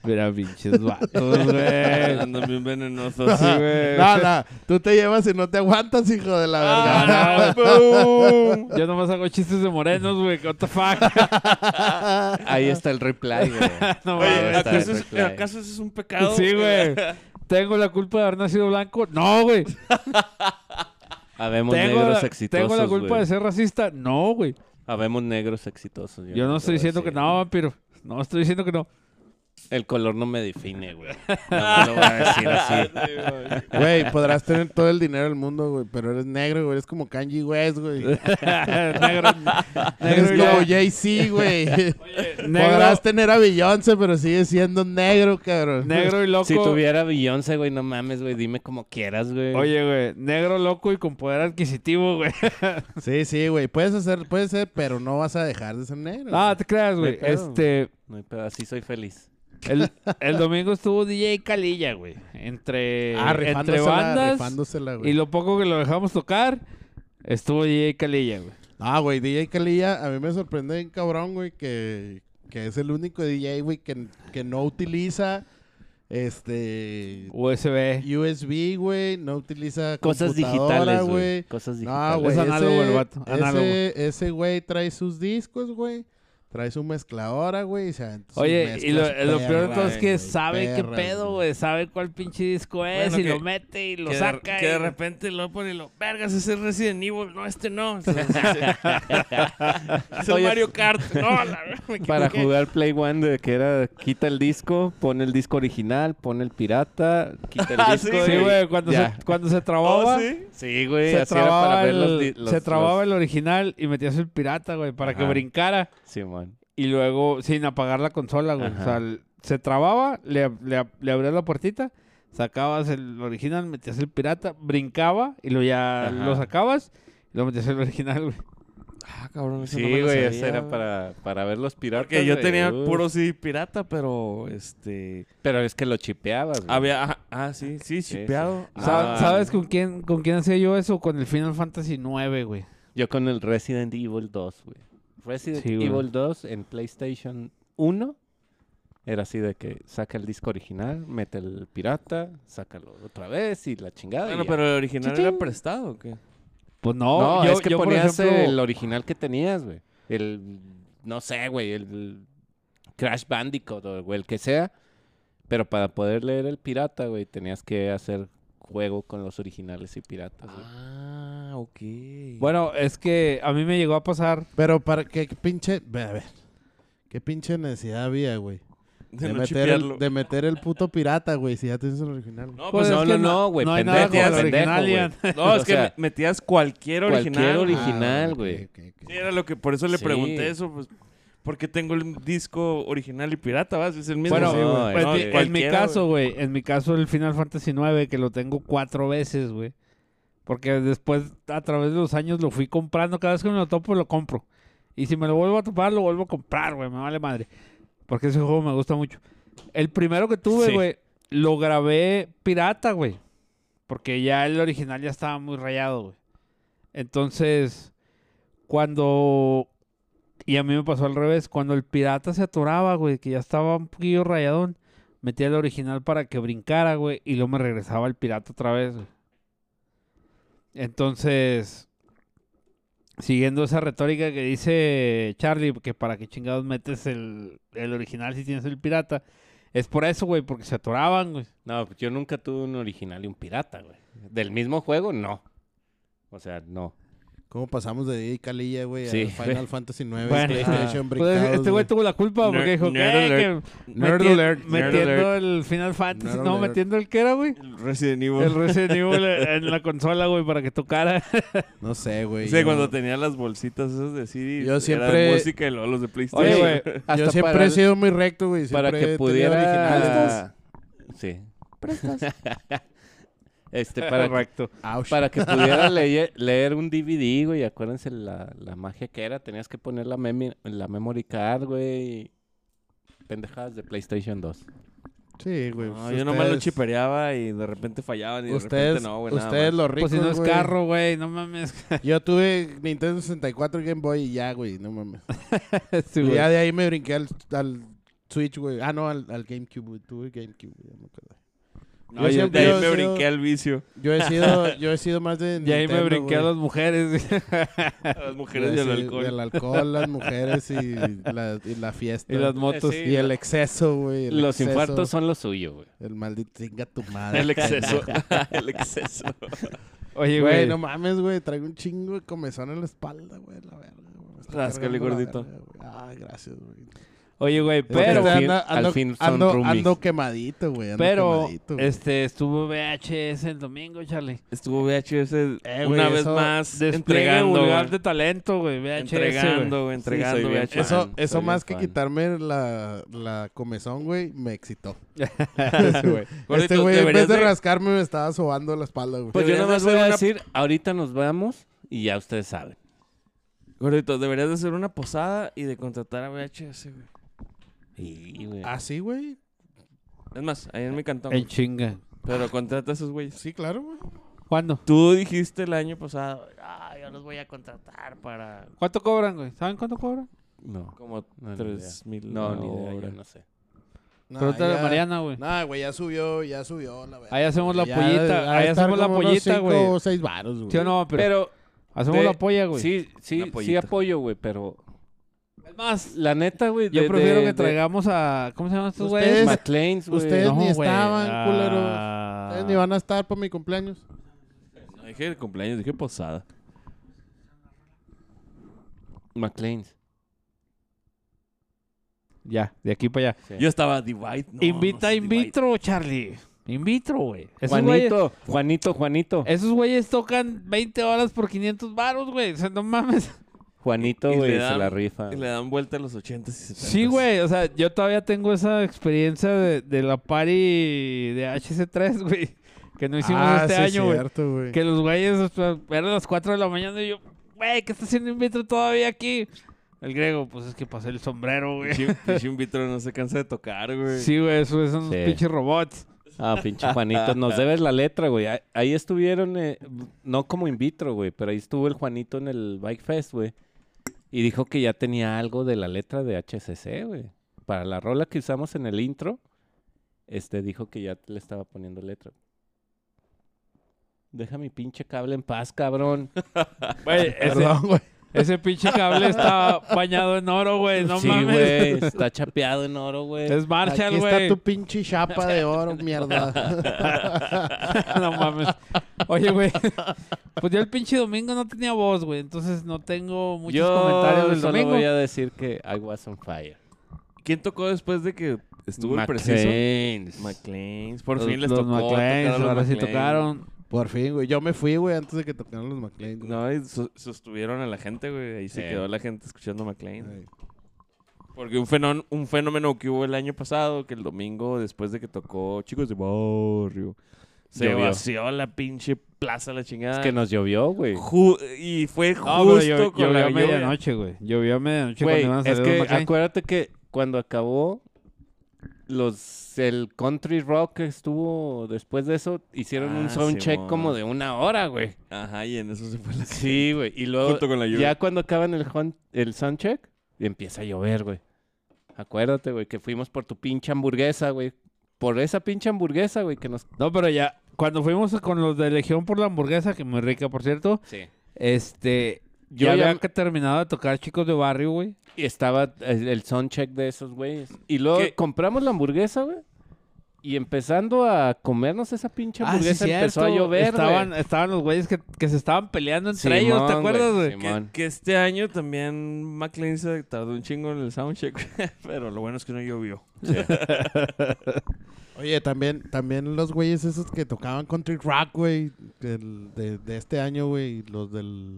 Mira, pinches vatos, güey. Pues, Andan bien venenosos. Sí, güey. no, no, tú te llevas y no te aguantas, hijo de la verga. Ah, boom. Yo nomás hago chistes de morenos, güey. What the fuck. Ahí está el replay, güey. No Ah, Ahí Oye, mames. está el ¿acaso, es- replay. ¿acaso eso es un pecado? Sí, güey. ¿Tengo la culpa de haber nacido blanco? No, güey. Habemos ¿Tengo, negros la- exitosos, ¿Tengo la culpa güey. de ser racista? No, güey. Habemos negros exitosos. Yo no te estoy voy a diciendo que decir. no, vampiro. No estoy diciendo que no. El color no me define, güey. No me lo voy a decir así. Güey, podrás tener todo el dinero del mundo, güey, pero eres negro, güey. Eres como Kanji West, güey. negro. Eres negro y- como Jay-Z, güey. negro- Podrás tener a Beyoncé, pero sigue siendo negro, cabrón. negro y loco. Si tuviera Beyoncé, güey, no mames, güey. Dime como quieras, güey. Oye, güey. Negro, loco y con poder adquisitivo, güey. Sí, sí, güey. Puedes hacer, puedes ser, pero no vas a dejar de ser negro. No, Ah, te creas, güey. No hay pedo. Este. No hay pedo, así soy feliz. El, el domingo estuvo DJ Calilla, güey. Entre, ah, entre rifándosela, bandas. rifándosela, güey. Y lo poco que lo dejamos tocar, estuvo DJ Calilla, güey. Ah, güey, DJ Kalilla, a mí me sorprende bien cabrón, güey, que, que es el único DJ, güey, que, que no utiliza este USB. USB, güey, no utiliza Cosas computadora, digitales, güey. Cosas digitales. No, güey, Es análogo ese- el vato, ese- análogo. Ese güey trae sus discos, güey. Trae su mezcladora, güey. y se aventó sus Oye, y lo, mezclas lo peor de todo perras, es que güey, sabe qué perras, pedo, güey. Sabe cuál pinche disco es Bueno, y que- lo mete y lo que de- saca. que y- de repente lo pone y lo vergas, ese es Resident Evil, no, este no. Ese Es, es el Oye. Mario Kart. No, la me Para equivoqué. jugar Play One, de que era quita el disco, pone el disco original, pone el pirata, quita el Ah, disco. sí, Sí, y- güey, cuando se, ya. cuando se trababa, Oh, sí. Sí, güey, se, así era para trababa ver el, los, di- los- se trababa el los- original y metías el pirata, güey, para que Ajá. brincara. Simón. Y luego, sin apagar la consola, güey. O Ajá. sea, el- se trababa, le, le, le abrías la puertita, sacabas el original, metías el pirata, brincaba y luego ya Ajá. lo sacabas y lo metías el original, güey. Ah, cabrón, eso Sí, no me lo güey, sabía, ese era güey. para, para ver los piratas. Porque yo güey. uh. tenía Uf. puro sí pirata, pero este. Pero es que lo chipeabas, güey. Había. Ah, ah, sí, sí, Sí, sí. chipeado. Ah. Sa- ¿Sabes con quién, con quién hacía yo eso? Con el Final Fantasy 9, güey. Yo con el Resident Evil 2, güey. Resident Sí, güey. Evil 2 en PlayStation 1 era así de que saca el disco original, mete el pirata, sácalo otra vez y la chingada. Bueno, y ya. pero el original era prestado, ¿o qué? Pues no, no, yo, es que yo, por ponías ejemplo, el original que tenías, güey. El, no sé, güey, el Crash Bandicoot o güey, el que sea. Pero para poder leer el pirata, güey, tenías que hacer juego con los originales y piratas, güey. Ah, ok. Bueno, es que a mí me llegó a pasar. Pero para qué pinche... ve, A ver. ¿Qué pinche necesidad había, güey? de De, no meter el, chipearlo. de meter el puto pirata, güey, si ya tienes el original. No, Pues pues, es no, que no, no, güey, no hay nada pendejo, como el pendejo, original, güey. Ian. no, es o que sea, me- metías cualquier original. cualquier original, Ah, ok, güey. ok, ok. Sí, era lo que. Por eso le Sí. pregunté eso, pues. porque tengo el disco original y pirata, ¿vas? Es el mismo. Bueno, Sí, güey. pues, No, mi- en mi cualquiera, caso, güey, en mi caso el Final Fantasy IX, que lo tengo cuatro veces, güey. Porque después, a través de los años, lo fui comprando. Cada vez que me lo topo, lo compro. Y si me lo vuelvo a topar, lo vuelvo a comprar, güey. Me vale madre. Porque ese juego me gusta mucho. El primero que tuve, Sí. güey, lo grabé pirata, güey. Porque ya el original ya estaba muy rayado, güey. Entonces, cuando... Y a mí me pasó al revés. Cuando el pirata se atoraba, güey, que ya estaba un poquillo rayadón, metía el original para que brincara, güey, y luego me regresaba el pirata otra vez, güey. Entonces, siguiendo esa retórica que dice Charlie, que para qué chingados metes el, el original si tienes el pirata, es por eso, güey, porque se atoraban, güey. No, pues yo nunca tuve un original y un pirata, güey. Del mismo juego, no. O sea, no. ¿Cómo pasamos de ahí, Calilla, güey, Sí, a Final güey. Fantasy 9 Bueno, PlayStation Pues, brincados, este güey tuvo la culpa porque Nerd- dijo nerd "¿Qué? alert. que Nerd metien- alert, nerd metiendo alert. el Final Fantasy, Nerd no, alert. metiendo el que era, güey. El Resident El Evil. Resident Evil en la consola, güey, para que tocara. No sé, güey. O sea, yo- cuando tenía las bolsitas esas de CD. Yo era de siempre- música y luego los de PlayStation. Oye, Sí, güey. Yo hasta siempre para he el- sido muy recto, güey. para siempre he que tenido originales. pudiera. Sí. este, para que, Correcto. Ah, Ouch. para que pudiera leer, leer un DVD, güey. Acuérdense la, la magia que era. Tenías que poner la, memi- la memory card, güey. Pendejadas de PlayStation 2. Sí, güey. No, pues yo nomás lo ustedes- chipereaba y de repente fallaban y de Ustedes, repente no, güey. nada ustedes más. los ricos, Pues si no es güey. carro, güey, no mames. Yo tuve Nintendo 64 Game Boy y ya, güey, no mames. Sí, Y güey. ya de ahí me brinqué al, al Switch, güey. Ah, no, al, al GameCube, güey. Tuve GameCube, ya me acuerdo. No, yo yo siempre- de ahí yo me he sido- brinqué al vicio. Yo he sido, yo he sido más de Y ahí me Nintendo, brinqué a güey. las mujeres. A las Yo mujeres he y al sido alcohol. Del alcohol, las mujeres y la, y la fiesta. y las motos. sí. Y el exceso, güey. el Los exceso. infartos son lo suyo, güey. El maldito, chinga tu madre. El exceso. pendejo. el exceso. Oye, Güey, güey. no mames, güey. Traigo un chingo de comezón en la espalda, güey. La verga, güey. me está Ráscale, cargando la gordito. verga, güey. Ay, gracias, güey. Oye, güey, Pero pero. al fin- ando, al ando- fin son ando, roomies. ando quemadito, güey. ando Pero, quemadito, güey. este, estuvo VHS el domingo, Charlie. Estuvo VHS Eh, güey, una vez eso- más Despliegue entregando. vulgar güey. de talento, güey. VHS, güey. Entregando, güey, entregando Sí, soy bien VHS. fan. Eso, eso soy más que bien fan. quitarme la, la comezón, güey, me excitó. Gordito, este güey, en vez deberías de, de- rascarme, me estaba sobando la espalda, güey. Pues yo Deberías nada más de voy hacer a una- decir, ahorita nos vamos y ya ustedes saben. Gordito, deberías de hacer una posada y de contratar a VHS, güey. Y, güey. ¿Ah, sí, güey? Es más, ahí en mi cantón. En chinga. Pero contrata a esos güeyes. Sí, claro, güey. ¿Cuándo? Tú dijiste el año pasado, ah, yo los voy a contratar para ¿Cuánto cobran, güey? ¿Saben cuánto cobran? no. como No, ni tres mil. No, ni idea, ahora. yo no sé. Nah, Pregúntale a ya- Mariana, güey. Nah, güey, ya subió, ya subió. La verga. Ahí hacemos la Ya, pollita. ya Ahí estar hacemos la como unos pollita, cinco güey. o seis varos, güey. ¿Sí o no? Pero, Pero, hacemos de- la polla, güey. sí, sí, sí pollita. apoyo, güey, pero Es más, la neta, güey. yo de- prefiero de- que de traigamos a. ¿Cómo se llaman estos Ustedes- güeyes? McLean's, güey. ustedes- ni güey. estaban, culeros. Ah. Ustedes ni van a estar para mi cumpleaños. No dije el cumpleaños, dije posada. McLean's. Ya, de aquí para allá. Yo estaba Divide. no, Invita no sé, in vitro, Charlie. In vitro, güey. Esos güeyes, Juanito, Juanito, Juanito. esos güeyes tocan 20 horas por 500 baros, güey. O sea, no mames. Juanito, Y le güey, se dan- la rifa. Divide. Y le dan vuelta a los 80 y 70. Sí, güey. O sea, yo todavía tengo esa experiencia de, de la party de HC3, güey. Que no hicimos este Ah, sí, año, güey. cierto, güey. Que los güeyes o sea, eran las 4 de la mañana y yo, güey, ¿qué está haciendo in vitro todavía aquí? El griego, pues es que pasé el sombrero, güey. Pinche- Pinche in vitro no se cansa de tocar, güey. Sí, güey, eso esos son unos Sí. pinches robots. Ah, pinche Juanito, nos debes la letra, güey. Ahí- Ahí estuvieron, eh, no como in vitro, güey, pero ahí estuvo el Juanito en el Bike Fest, güey. Y dijo que ya tenía algo de la letra de HCC, güey. Para la rola que usamos en el intro, este dijo que ya le estaba poniendo letra. Deja mi pinche cable en paz, cabrón. Güey, ese, Perdón, güey. ese pinche cable está bañado en oro, güey, no sí, mames. güey, está chapeado en oro, güey. Es Marshall, Aquí está güey. tu pinche chapa de oro, mierda. no mames. Oye, güey. Pues yo el pinche domingo no tenía voz, güey. Entonces no tengo muchos Yo comentarios del solo domingo. voy a decir que I was on fire. ¿Quién tocó después de que estuvo el preciso? McLean's. McLean's. Por Los- fin les los tocó. McLean's, tocar a los ahora sí McLean's. tocaron. Por fin, güey. Yo me fui, güey, antes de que tocaran los McLean. güey. No, y so- sostuvieron a la gente, güey. Ahí se Sí. quedó la gente escuchando McLean. Ay. Porque un fenómeno, un fenómeno que hubo el año pasado, que el domingo, después de que tocó Chicos de Barrio, se Llovió. vació la pinche plaza, la chingada. Es que nos llovió, güey. Ju- y fue No, justo pero yo, con llovió la a lluvia. medianoche, güey. Llovió a medianoche Güey, cuando iban a es salir que los Macay. acuérdate que cuando acabó los el country rock que estuvo después de eso hicieron Ah, un sound check Simón. como de una hora, güey. Ajá, y en eso se fue la Sí, güey. Y luego Junto con la lluvia. ya cuando acaban el hon- el sound check empieza a llover, güey. Acuérdate, güey, que fuimos por tu pinche hamburguesa, güey. Por esa pinche hamburguesa, güey, que nos No, pero ya, cuando fuimos con los de Legión por la hamburguesa, que muy rica, por cierto, Sí. este, Yo yo ya, ya- había que terminado de tocar Chicos de Barrio, güey. Y estaba eh, el, el soundcheck de esos güeyes. Y luego ¿Qué? compramos la hamburguesa, güey. Y empezando a comernos esa pinche Ah, sí, hamburguesa empezó a cierto. llover, Estaban, güey. estaban los güeyes que, que se estaban peleando entre Simón, ellos, ¿te güey, acuerdas, güey? Simón. Que, que este año también McLean se tardó un chingo en el soundcheck, pero lo bueno es que no llovió. Oye, también, también los güeyes esos que tocaban country rock, güey, del- de, de este año, güey, los del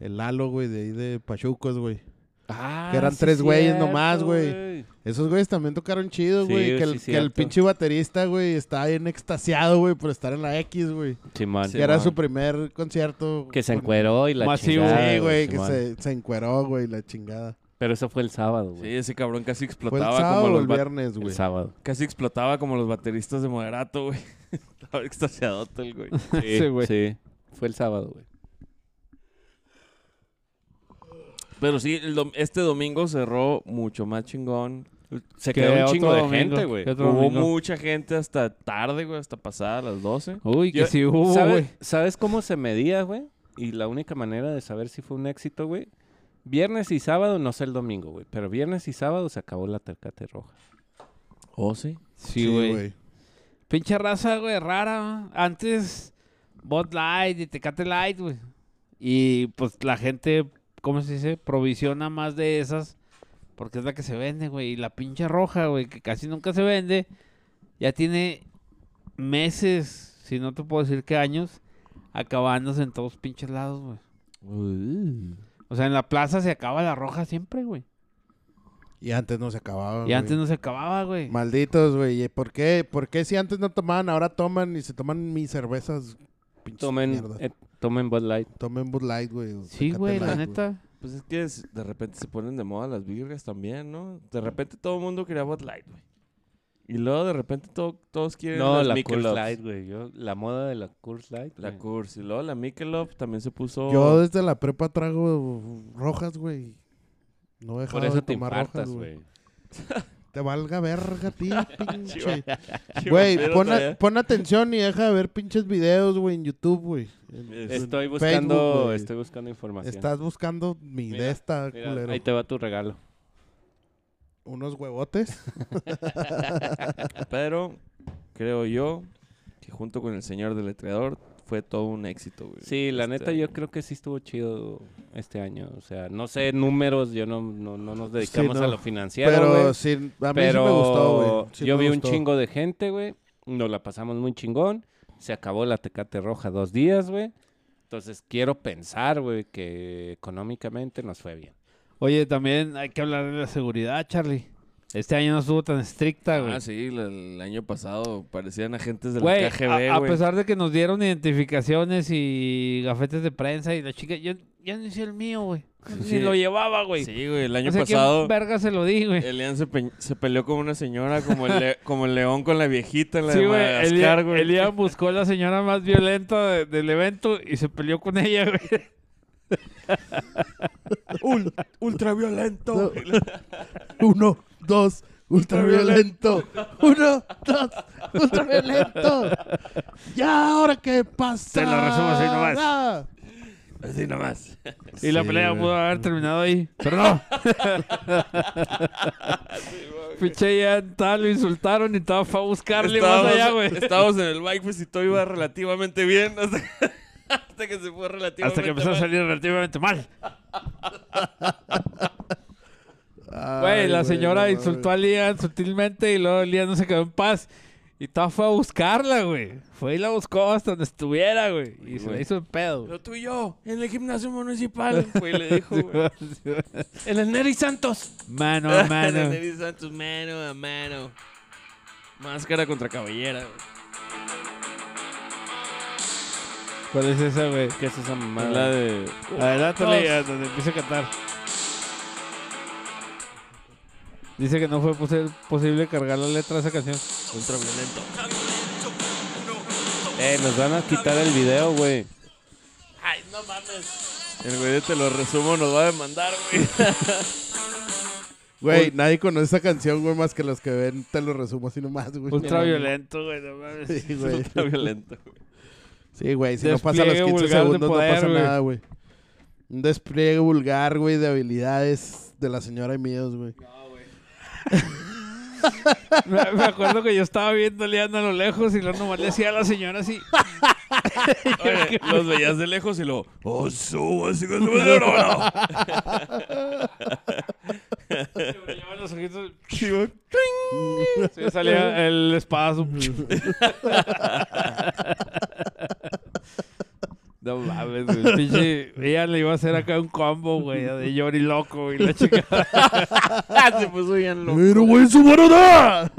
el Lalo, güey, de ahí de Pachucos, güey. Ah, que eran tres güeyes nomás, güey. Esos güeyes también tocaron chidos, Sí, güey. que, sí, el, que el cierto. pinche baterista, güey, está bien extasiado, güey, por estar en la X, güey. Simón. que era su primer concierto. Que se con- encueró y la Masivo. chingada. Sí, güey, que Simón. se, se encueró, güey, la chingada. Pero eso fue el sábado, güey. Sí, ese cabrón ¿Fue casi el explotaba sábado como o los el ba- viernes, el güey? sábado. casi explotaba como los bateristas de Moderato, güey. Estaba extasiadote el güey. Sí, Sí, güey. sí. Fue el sábado, güey. Pero sí, el dom- este domingo cerró mucho más chingón. Se Que quedó un otro chingo de domingo, gente, güey. que otro Hubo domingo. mucha gente hasta tarde, güey, hasta pasada las 12. Uy, que Yo- sí hubo, ¿sabe- güey. ¿Sabes cómo se medía, güey? Y la única manera de saber si fue un éxito, güey. Viernes y sábado, no sé el domingo, güey. Pero viernes y sábado se acabó la tercate roja. Oh, sí. Sí, güey. Pinche raza, güey, rara. ¿no? Antes, Bot Light y Tecate Light, güey. Y pues la gente, ¿cómo se dice? Provisiona más de esas. Porque es la que se vende, güey. Y la pinche roja, güey, que casi nunca se vende. Ya tiene meses, si no te puedo decir que años, acabándose en todos pinches lados, güey. O sea, en la plaza se acaba la roja siempre, güey. Y antes no se acababa, Y Ah, güey. antes no se acababa, güey. Malditos, güey. ¿Y ¿Por qué? ¿Por qué si antes no tomaban, ahora toman y se toman mis cervezas? pinches Tomen, mierdas? eh, tomen Bud Light. Tomen Bud Light, güey. o Sí, Tecate güey, la Light, neta. Pues es que es- de repente se ponen de moda las virgas también, ¿no? De repente todo el mundo quería Bud Light, güey. Y luego de repente to- todos quieren No, las la Michelob. Coors Light, güey. Yo- La moda de la Coors Light. La güey. Coors. Y luego la Michelob también se puso... Yo desde la prepa trago rojas, güey. No he Por dejado eso de te tomar infartas, rojas, güey. güey. Te valga verga, a ti, pinche. Sí, Güey, pero pon, a- todavía- pon atención y deja de ver pinches videos, güey, en YouTube, güey. En- este Estoy en buscando, Facebook, güey. estoy buscando información. Estás buscando mi Mira, de esta, Mira, culero. ahí te va tu regalo. Unos huevotes. Pero creo yo que junto con el señor del letreador fue todo un éxito, güey. Sí, la Este neta año. yo creo que sí estuvo chido este año. O sea, no sé números, yo no, no, no nos dedicamos no. a lo financiero, Pero güey. sí, a mí pero sí me gustó, güey. Sí yo me vi gustó. un chingo de gente, güey. Nos la pasamos muy chingón. Se acabó la Tecate Roja dos días, güey. Entonces quiero pensar, güey, que económicamente nos fue bien. Oye, también hay que hablar de la seguridad, Charlie. Este año no estuvo tan estricta, güey. Ah, sí, la- el año pasado parecían agentes de Güey, la KGB, a, a güey. pesar de que nos dieron identificaciones y gafetes de prensa y la chica, yo, yo no hice el mío, güey. Sí, Ni sí. lo llevaba, güey. Sí, güey, el No año sé quién pasado verga se lo di, güey. Elian se, pe- se peleó con una señora como el, le- como el león con la viejita, la Sí, de güey. Madagascar, Elia- güey. Elian buscó a la señora más violenta de- del evento y se peleó con ella, güey. ultraviolento. Uno, dos, ultraviolento. Uno, dos, ultraviolento. Ya, ahora qué pasa. Te lo resumo así nomás. Así nomás. Y la Sí, pelea güey. pudo haber terminado ahí. Pero no. Pinche ya tal, lo insultaron y estaba fue a buscarle Estábamos, más allá, güey. estábamos en el bike fest y todo iba relativamente bien hasta, hasta que se fue relativamente Hasta que empezó a mal. salir relativamente mal. Ay, Güey, la güey, señora no insultó a mames. Lian sutilmente y luego Lian no se quedó en paz. Y Y todo fue a buscarla, güey. Fue y la buscó hasta donde estuviera, güey. Y se la güey. hizo el pedo. güey. Pero tú y yo, en el gimnasio municipal, güey, le dijo, güey. En el Neri Santos. Mano a En mano. el Neri Santos, mano a mano. Máscara contra cabellera, güey. ¿Cuál es esa, güey? ¿Qué es esa Es mamada? la de... Adelántale a donde empiece a cantar. Dice que no fue pose- posible cargar la letra de esa canción. Ultra violento. Eh, nos van a quitar el video, güey. Ay, no mames. El güey de Te lo resumo nos va a demandar, güey. Güey, nadie conoce esa canción, güey, más que los que ven, te lo resumo así nomás, güey. Pues Ultra violento, güey, no mames. Sí, güey. Ultra violento, güey. Sí, güey, si no pasa los Despliegue 15 vulgar de segundos poder, no pasa güey. nada, güey. Un despliegue vulgar, güey, de habilidades de la señora y míos, güey. Me, me acuerdo que yo estaba viendo Leandro a lo lejos y luego nomás le decía a la señora así. Oye, los veías de lejos y lo... ¡Oh, subo, así que subo de oro! le brillaban los ojitos. Sí, salía el espadazo. No mames, güey. Pinche, ella le iba a hacer acá un combo, güey, de Johnny loco y la chica. Se pues, puso bien loco. ¡Pero, güey, su morada!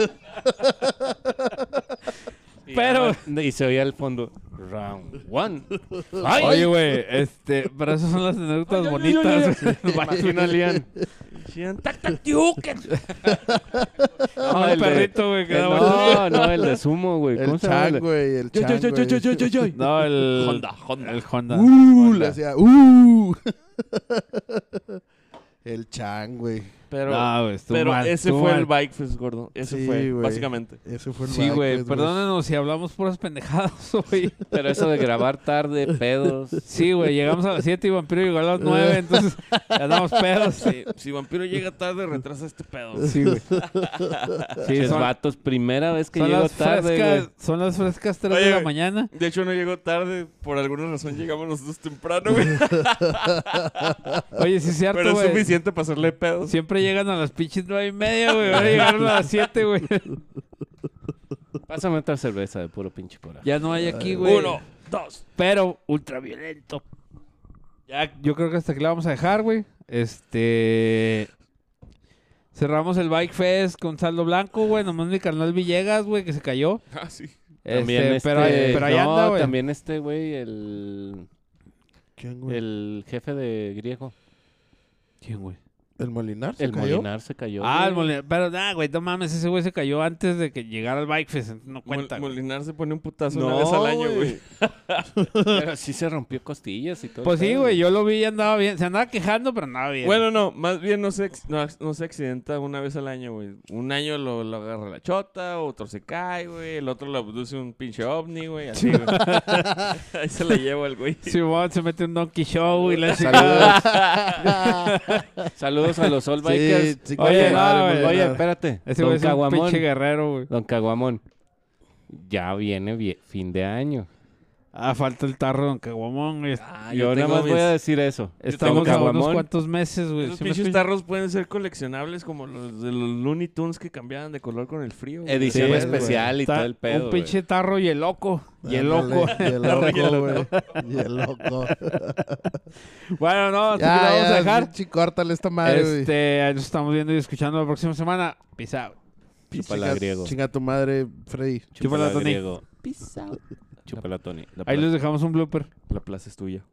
Pero- Y se oía al fondo. Round one. Oye, güey, este, pero esas son las anécdotas bonitas. güey. Imagina, Lian. No, No, el el de- perrito, güey, que Eh, daba- No, no, el de sumo, güey. El ¿Cómo se llama? chan, güey, el chan, güey. No, el Honda, Honda. El Honda. ¡Uh! Le hacía ¡Uh! El chan, güey. Pero, No, güey, estuvo pero mal, ese estuvo fue mal. el Bike Fest, gordo. Ese Sí, fue, güey. básicamente. Ese fue el Sí, güey, Vázquez, perdónenos si hablamos puras pendejadas hoy. Pero eso de grabar tarde, pedos. Sí, güey, llegamos a las 7 y Vampiro llegó a las 9, entonces ya andamos pedos. Sí, Si Vampiro llega tarde, retrasa este pedo. sí, güey. Sí, Ches son, vatos, primera vez que son llego las tarde, frescas, güey. son las frescas 3 Oye, de la güey. mañana. De hecho, no llegó tarde. Por alguna razón llegamos nosotros temprano, güey. Oye, sí es cierto, Pero es güey. suficiente para hacerle pedos. Siempre llegan a las pinches 9 y media, güey. Ahora llegaron a las 7, güey. Pásame otra cerveza de puro pinche coraje. Ya no hay aquí, güey. Uno, dos. Pero ultraviolento. Ya, yo creo que hasta aquí la vamos a dejar, güey. Este. Cerramos el Bike Fest con saldo blanco, güey. Nomás mi carnal Villegas, güey, que se cayó. Ah, sí. También Este, este, pero, ahí- pero ahí no, anda, güey. También este, güey, el, ¿Quién, güey? El, el jefe de griego. ¿Quién, güey? Molinar. El Molinar. Molinar se cayó. Ah, el güey. Molinar. Pero nada, güey, no mames, ese güey se cayó antes de que llegara al Bike Fest. entonces No cuenta. Mol- güey. Molinar se pone un putazo No, una vez al año, güey. güey. Pero sí se rompió costillas y todo. Pues el sí, pedo, güey, yo lo vi y andaba bien. Se andaba quejando, pero andaba bien. Bueno, no, más bien no se, ex- no, ac- no se accidenta una vez al año, güey. Un año lo, lo agarra la chota, otro se cae, güey. El otro lo abduce un pinche ovni, güey. Así, güey. Ahí se la lleva el güey. Simón se mete un Donkey Show y la Saludos. Saludos a los All Sí, Bikers. sí, oye, claro, no, güey. oye, espérate. Ese Don güey es un Caguamón. pinche guerrero, güey. Don Caguamón. Ya viene vie- fin de año. Ah, falta el tarro, don Caguamón. güey. Ah, yo nada más voy a decir eso. Estamos Ah, este Don a unos Caguamón. cuantos meses, güey. Los ¿Sí me pinches explico? tarros pueden ser coleccionables como los de los Looney Tunes que cambiaban de color con el frío. güey. Edición Sí, especial y Está todo el pedo. Un güey. pinche tarro y el loco. Y el Ándale, loco. Y el loco, güey. Y el loco. bueno, no, hasta Ya, aquí la vamos a ya, dejar. pinche, córtale esta madre, güey. este, ahí nos estamos viendo y escuchando la próxima semana. Peace out. Chúpala, Chinga- griego. Chinga tu madre, Freddy. Chúpala, Tony. griego. Chúpala, Tony. La Ahí pla- les dejamos un blooper. La plaza es tuya.